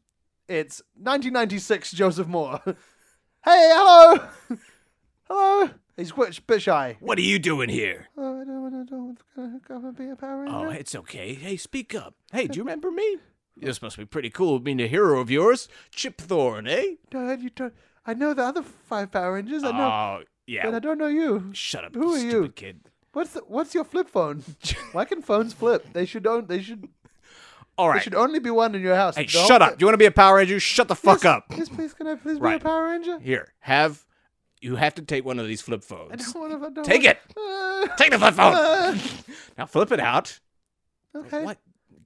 Speaker 3: It's 1996 Joseph Moore. hey, hello, hello. He's quite a bit shy.
Speaker 2: What are you doing here?
Speaker 3: Oh, I don't want to come and be a Power Ranger.
Speaker 2: Oh, it's okay. Hey, speak up. Hey, do you remember me? This must be pretty cool being a hero of yours, Chip Thorne, eh?
Speaker 3: Dad, you don't. I know the other five Power Rangers. I know,
Speaker 2: Oh,
Speaker 3: but Uh, I
Speaker 2: yeah.
Speaker 3: don't know you.
Speaker 2: Shut up,
Speaker 3: Who
Speaker 2: you
Speaker 3: are
Speaker 2: stupid
Speaker 3: you?
Speaker 2: kid.
Speaker 3: What's the, what's your flip phone? Why can phones flip? They should don't. They should.
Speaker 2: All
Speaker 3: There
Speaker 2: right.
Speaker 3: should only be one in your house.
Speaker 2: Hey,
Speaker 3: The whole
Speaker 2: shut
Speaker 3: fa-
Speaker 2: up. You want to be a Power Ranger? Shut the fuck
Speaker 3: Yes,
Speaker 2: up.
Speaker 3: Yes, please. Can I please be a
Speaker 2: Right.
Speaker 3: Power Ranger?
Speaker 2: Here, have you have to take one of these flip
Speaker 3: I
Speaker 2: phones?
Speaker 3: don't want to. I don't
Speaker 2: Take
Speaker 3: want-
Speaker 2: it. Take the flip phone.
Speaker 3: Uh,
Speaker 2: Now flip it out.
Speaker 3: okay.
Speaker 2: What?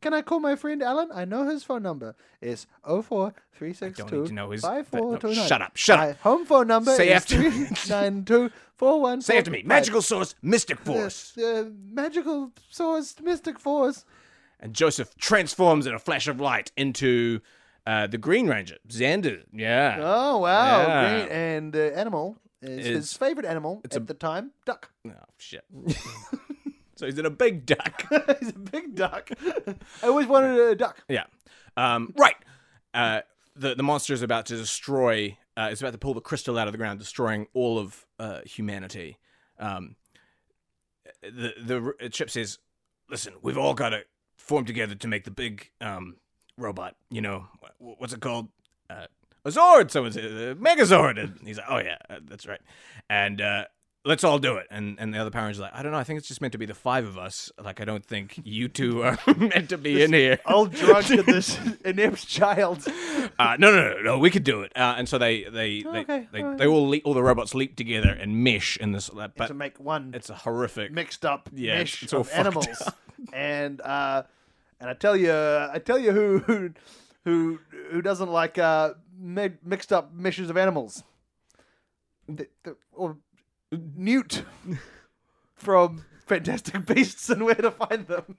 Speaker 3: Can I call my friend Alan? I know his phone number oh is 04362
Speaker 2: I don't need to know his- that- no,
Speaker 3: 5429.
Speaker 2: shut up, shut
Speaker 3: My
Speaker 2: up.
Speaker 3: home phone number
Speaker 2: Say
Speaker 3: is
Speaker 2: after me.
Speaker 3: 392414.
Speaker 2: Say after me. Magical source, mystic force.
Speaker 3: Uh, magical source, mystic force.
Speaker 2: And Joseph transforms in a flash of light into uh, the Green Ranger, Xander. Yeah.
Speaker 3: Oh wow!
Speaker 2: Yeah.
Speaker 3: Great. And the animal is his
Speaker 2: It's-
Speaker 3: favorite animal
Speaker 2: it's
Speaker 3: at
Speaker 2: a-
Speaker 3: the time: duck.
Speaker 2: Oh, shit. so he's in a big duck.
Speaker 3: He's a big duck. I always wanted a duck.
Speaker 2: Yeah. Um, right. Uh, the the monster is about to destroy. Uh, it's about to pull the crystal out of the ground, destroying all of uh, humanity. Um, the the r- chip says, "Listen, we've all got to form together to make the big um, robot. You know wh- wh- what's it called? Uh, a Zord. Someone says uh, Megazord." And he's like, "Oh yeah, uh, that's right." And uh, let's all do it. And and the other Power Ranger's like, "I don't know. I think it's just meant to be the five of us. Like, I don't think you two are meant to be in here."
Speaker 3: All drunk at this inept child.
Speaker 2: uh, no, no, no, no, we could do it. Uh, and so they they they,
Speaker 3: Okay,
Speaker 2: they,
Speaker 3: all right.
Speaker 2: they all leap, all the robots leap together and mesh in this. Uh, but
Speaker 3: to make one
Speaker 2: it's a horrific.
Speaker 3: mixed up
Speaker 2: Yeah,
Speaker 3: mesh
Speaker 2: it's all
Speaker 3: of
Speaker 2: fucked
Speaker 3: animals, and uh, and I tell you, I tell you who who who, who doesn't like uh, mi- mixed up meshes of animals, the, the, or Newt from Fantastic Beasts and Where to Find Them.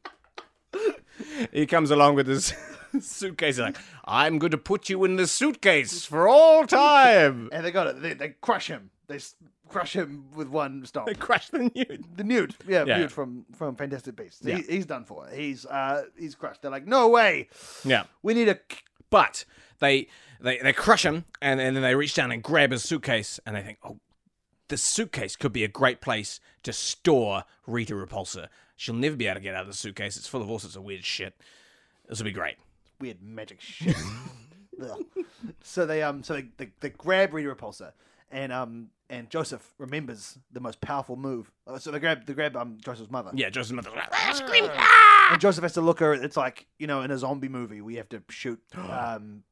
Speaker 2: He comes along with his suitcase. he's like, I'm going to put you in this suitcase for all time.
Speaker 3: And they got it. They, they crush him. They s- crush him with one stomp.
Speaker 2: they crush the nude.
Speaker 3: the Newt, yeah,
Speaker 2: Yeah.
Speaker 3: Newt from from Fantastic Beasts.
Speaker 2: Yeah.
Speaker 3: He, he's done for. He's uh he's crushed. They're like, no way.
Speaker 2: Yeah,
Speaker 3: We need a.
Speaker 2: but they they they crush him, and, and then they reach down and grab his suitcase, and they think, oh, this suitcase could be a great place to store Rita Repulsa. She'll never be able to get out of the suitcase. It's full of all sorts of weird shit. This will be great.
Speaker 3: weird magic shit. Ugh. so they um so they, they, they grab Rita Repulsa and um and Joseph remembers the most powerful move. Oh, So they grab they grab um Joseph's mother.
Speaker 2: Yeah, Joseph's mother. "Ah, scream!"
Speaker 3: And Joseph has to look her. It's like you know in a zombie movie we have to shoot um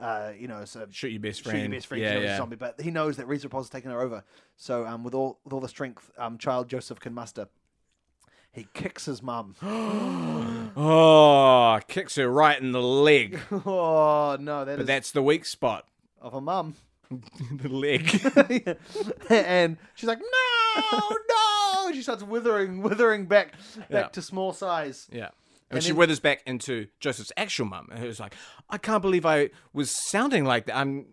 Speaker 3: uh you know so
Speaker 2: Shoot your best friend.
Speaker 3: shoot your best friend
Speaker 2: Yeah,
Speaker 3: you know,
Speaker 2: yeah.
Speaker 3: zombie. But he knows that Rita Repulsa's taking her over. So um with all with all the strength um child Joseph can muster, he kicks his mum.
Speaker 2: Oh, kicks her right in the leg.
Speaker 3: oh no, that is
Speaker 2: But that's the weak spot.
Speaker 3: of a mum.
Speaker 2: the leg.
Speaker 3: and she's like, no, no. And she starts withering, withering back, back
Speaker 2: Yeah.
Speaker 3: to small size.
Speaker 2: Yeah. And,
Speaker 3: And
Speaker 2: she
Speaker 3: then-
Speaker 2: withers back into Joseph's actual mum, and who's like, "I can't believe I was sounding like that. I'm,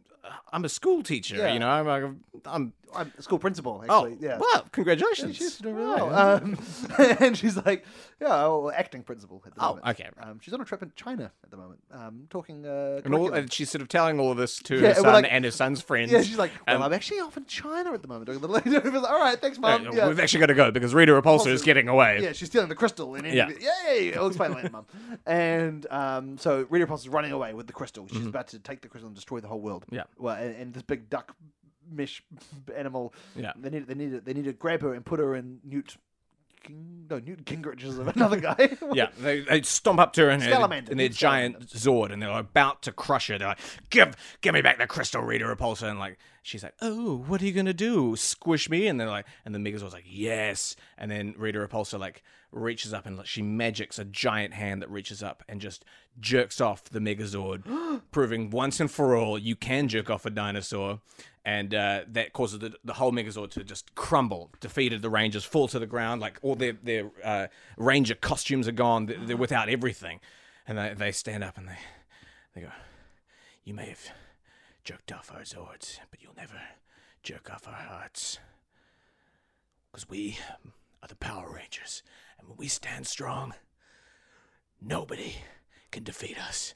Speaker 2: I'm a school teacher,
Speaker 3: Yeah.
Speaker 2: you know. I'm, like, I'm,
Speaker 3: I'm a school principal,
Speaker 2: oh,
Speaker 3: actually. yeah.
Speaker 2: well,
Speaker 3: Yeah,
Speaker 2: congratulations.
Speaker 3: She's doing really well. Um, and she's like, yeah, well, acting principal at the
Speaker 2: Oh,
Speaker 3: moment.
Speaker 2: okay.
Speaker 3: Um, she's on a trip in China at the moment, um, talking. Uh,
Speaker 2: and, all,
Speaker 3: curriculum.
Speaker 2: and she's sort of telling all this to
Speaker 3: Yeah,
Speaker 2: her
Speaker 3: and we're
Speaker 2: son
Speaker 3: like-
Speaker 2: and her son's friends.
Speaker 3: yeah, she's like, well,
Speaker 2: and-
Speaker 3: I'm actually off in China at the moment. All right, thanks, mom.
Speaker 2: "Uh,
Speaker 3: yeah.
Speaker 2: We've actually got to go because Rita Repulsa is
Speaker 3: Repulsa.
Speaker 2: getting away.
Speaker 3: Yeah, she's stealing the crystal. And
Speaker 2: Yeah.
Speaker 3: yeah, yay! I'll explain later, Mum. And um, so Rita Repulsa's running away with the crystal. She's about to take the crystal and destroy the whole world.
Speaker 2: Yeah.
Speaker 3: Well, and, and this big duck mesh animal.
Speaker 2: Yeah.
Speaker 3: They need they need to, they need to grab her and put her in Newt. King, no, Newt Gingrich is another guy.
Speaker 2: Yeah, they, they stomp up to her in their,
Speaker 3: Salamander,
Speaker 2: in their
Speaker 3: big
Speaker 2: giant Zord, and they're about to crush her. They're like, "Give, give me back the crystal, Rita Repulsa!" And like, she's like, "Oh, what are you gonna do? Squish me?" And they're like, and the Megazord's like, "Yes!" And then Rita Repulsa like reaches up and like, she magics a giant hand that reaches up and just jerks off the Megazord, proving once and for all you can jerk off a dinosaur. And uh, that causes the, the whole Megazord to just crumble, defeated. The Rangers fall to the ground, like all their their uh, Ranger costumes are gone. They're, they're without everything, and they, they stand up and they they go, "You may have jerked off our Zords, but you'll never jerk off our hearts, because we um, are the Power Rangers, and when we stand strong, nobody can defeat us."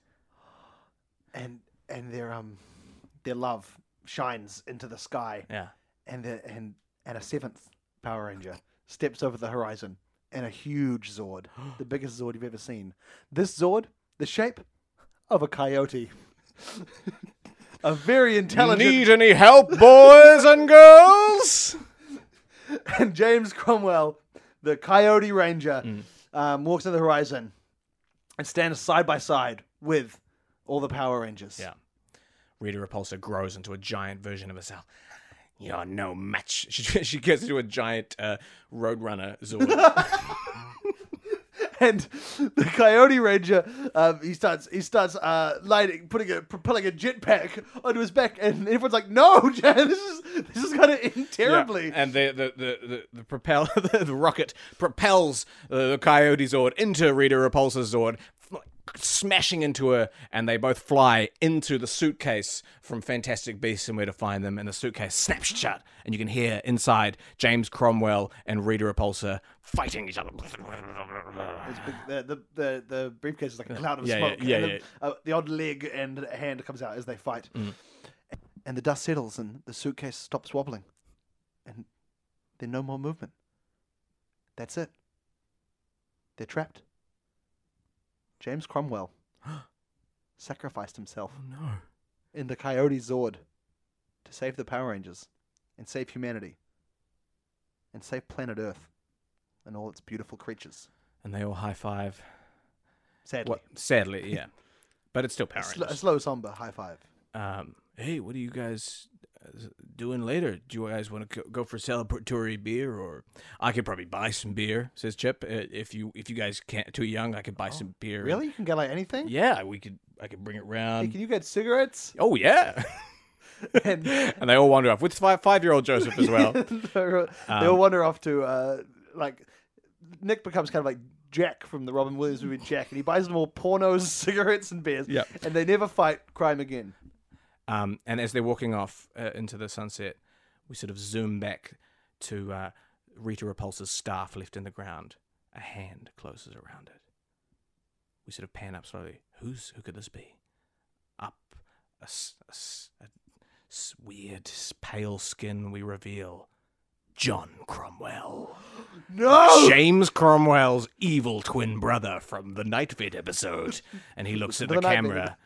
Speaker 3: And and their um their love shines into the sky.
Speaker 2: Yeah.
Speaker 3: and the, and and a seventh Power Ranger steps over the horizon and a huge Zord, the biggest Zord you've ever seen. This Zord, the shape of a coyote, a very intelligent.
Speaker 2: Need any help, boys and girls?
Speaker 3: And James Cromwell, the Coyote Ranger,
Speaker 2: Mm.
Speaker 3: um, walks on the horizon and stands side by side with all the Power Rangers.
Speaker 2: Yeah. Rita Repulsa grows into a giant version of herself. You're no match. She, she gets into a giant uh, Roadrunner Zord.
Speaker 3: and the Coyote Ranger, um, he starts he starts uh, lighting, putting a propelling a jetpack onto his back, and everyone's like, "No, Jan, this is this is gonna end terribly."
Speaker 2: Yeah, And the the the the, the propel the, the rocket propels the, the Coyote Zord into Rita Repulsa's Zord, f- smashing into her, and they both fly into the suitcase from Fantastic Beasts and Where to Find Them, and the suitcase snaps shut, and you can hear inside James Cromwell and Rita Repulsa fighting each other.
Speaker 3: It's big, the, the the the briefcase is like a cloud of
Speaker 2: Yeah, yeah,
Speaker 3: smoke.
Speaker 2: yeah,
Speaker 3: and
Speaker 2: yeah. Mm.
Speaker 3: The, uh, the odd leg and hand comes out as they fight, and the dust settles, and the suitcase stops wobbling, and then no more movement. That's it. They're trapped. James Cromwell sacrificed himself
Speaker 2: Oh, No.
Speaker 3: in the Coyote Zord to save the Power Rangers and save humanity and save planet Earth and all its beautiful creatures.
Speaker 2: And they all high five.
Speaker 3: Sadly.
Speaker 2: What? Sadly, yeah. But it's still
Speaker 3: A
Speaker 2: Power
Speaker 3: sl- a
Speaker 2: Rangers.
Speaker 3: slow somber high five.
Speaker 2: um, hey, what are you guys uh, doing later? Do you guys want to go for celebratory beer, or I could probably buy some beer? Says Chip. Uh, If you if you guys can't too young, I could buy some beer.
Speaker 3: Really? You can get like anything?
Speaker 2: Yeah, we could. I could bring it round.
Speaker 3: Hey, can you get cigarettes?
Speaker 2: oh yeah.
Speaker 3: And
Speaker 2: and they all wander off with five five year old Joseph as well.
Speaker 3: they're- they
Speaker 2: Um,
Speaker 3: all wander off to uh, like Nick becomes kind of like Jack from the Robin Williams movie Jack, and he buys them all pornos, cigarettes, and beers.
Speaker 2: Yep.
Speaker 3: And they never fight crime again.
Speaker 2: Um, and as they're walking off uh, into the sunset, we sort of zoom back to uh, Rita Repulsa's staff left in the ground. A hand closes around it. We sort of pan up slowly. Who's who could this be? Up, a, s- a s- a s- weird s- pale skin. We reveal John Cromwell,
Speaker 3: No.
Speaker 2: James Cromwell's evil twin brother from the Night Vid episode, and he looks at
Speaker 3: The
Speaker 2: the
Speaker 3: Night Vid.
Speaker 2: camera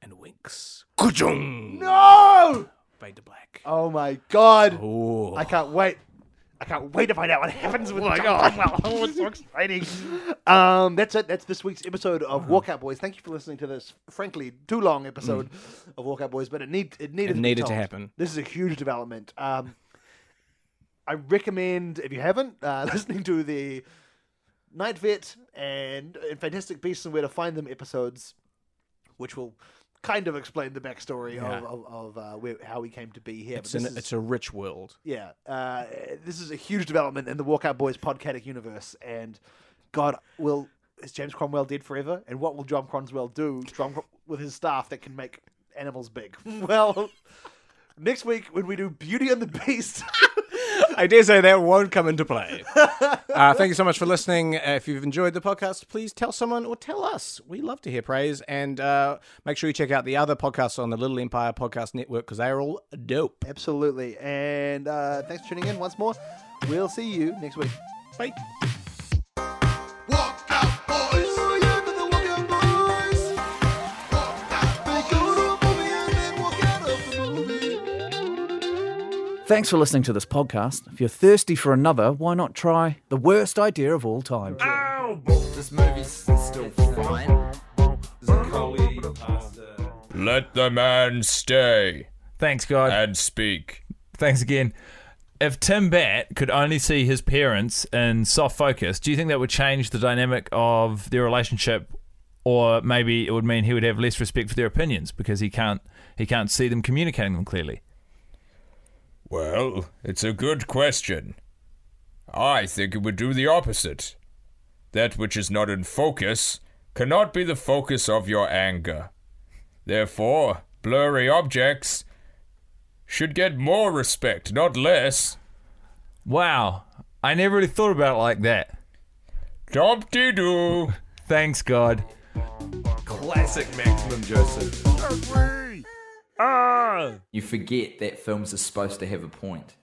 Speaker 2: and winks. Kujung!
Speaker 3: No.
Speaker 2: Fade to black.
Speaker 3: Oh my god!
Speaker 2: Oh,
Speaker 3: I can't wait. I can't wait to find out what happens with my God. Well, oh, it's so exciting. Um, that's it. That's this week's episode of
Speaker 2: Uh-huh.
Speaker 3: Walkout Boys. Thank you for listening to this, frankly, too long episode of Walkout Boys, but it need it needed
Speaker 2: Mm. It
Speaker 3: to be
Speaker 2: needed to
Speaker 3: told.
Speaker 2: happen.
Speaker 3: This is a huge development. Um, I recommend if you haven't uh, listening to the Night Vet and uh, Fantastic Beasts and Where to Find Them episodes, which will kind of explain the backstory
Speaker 2: Yeah.
Speaker 3: of, of, of uh, where, how we came to be here.
Speaker 2: it's,
Speaker 3: but
Speaker 2: an,
Speaker 3: this is-
Speaker 2: it's a rich world.
Speaker 3: yeah, uh, this is a huge development in the Walkout Boys podcatic universe, and God, will is James Cromwell dead forever? And what will John Cromwell do John Crom- with his staff that can make animals big? Well, next week when we do Beauty and the Beast,
Speaker 2: I dare say that won't come into play. uh, thank you so much for listening. Uh, if you've enjoyed the podcast, please tell someone or tell us. We love to hear praise. And uh, make sure you check out the other podcasts on the Little Empire Podcast Network because they are all dope.
Speaker 3: absolutely. And uh, thanks for tuning in once more. We'll see you next week.
Speaker 2: Bye.
Speaker 4: Walk out, boys. Oh, yeah, but the walk out boys. Walk out, boys. They go to a movie and then walk out of the movie.
Speaker 1: Thanks for listening to this podcast. If you're thirsty for another, why not try the worst idea of all time?
Speaker 6: This movie's still fine. Collie,
Speaker 7: Let the man stay
Speaker 8: Thanks, God.
Speaker 7: and speak.
Speaker 8: Thanks again. If Tim Bat could only see his parents in soft focus, do you think that would change the dynamic of their relationship, or maybe it would mean he would have less respect for their opinions because he can't he can't see them communicating them clearly?
Speaker 7: Well, it's a good question. I think it would do the opposite. That which is not in focus cannot be the focus of your anger. Therefore, blurry objects should get more respect, not less.
Speaker 8: Wow, I never really thought about it like that.
Speaker 7: Dumpty doo.
Speaker 8: Thanks, God.
Speaker 6: Classic Maximum Joseph. You forget that films are supposed to have a point.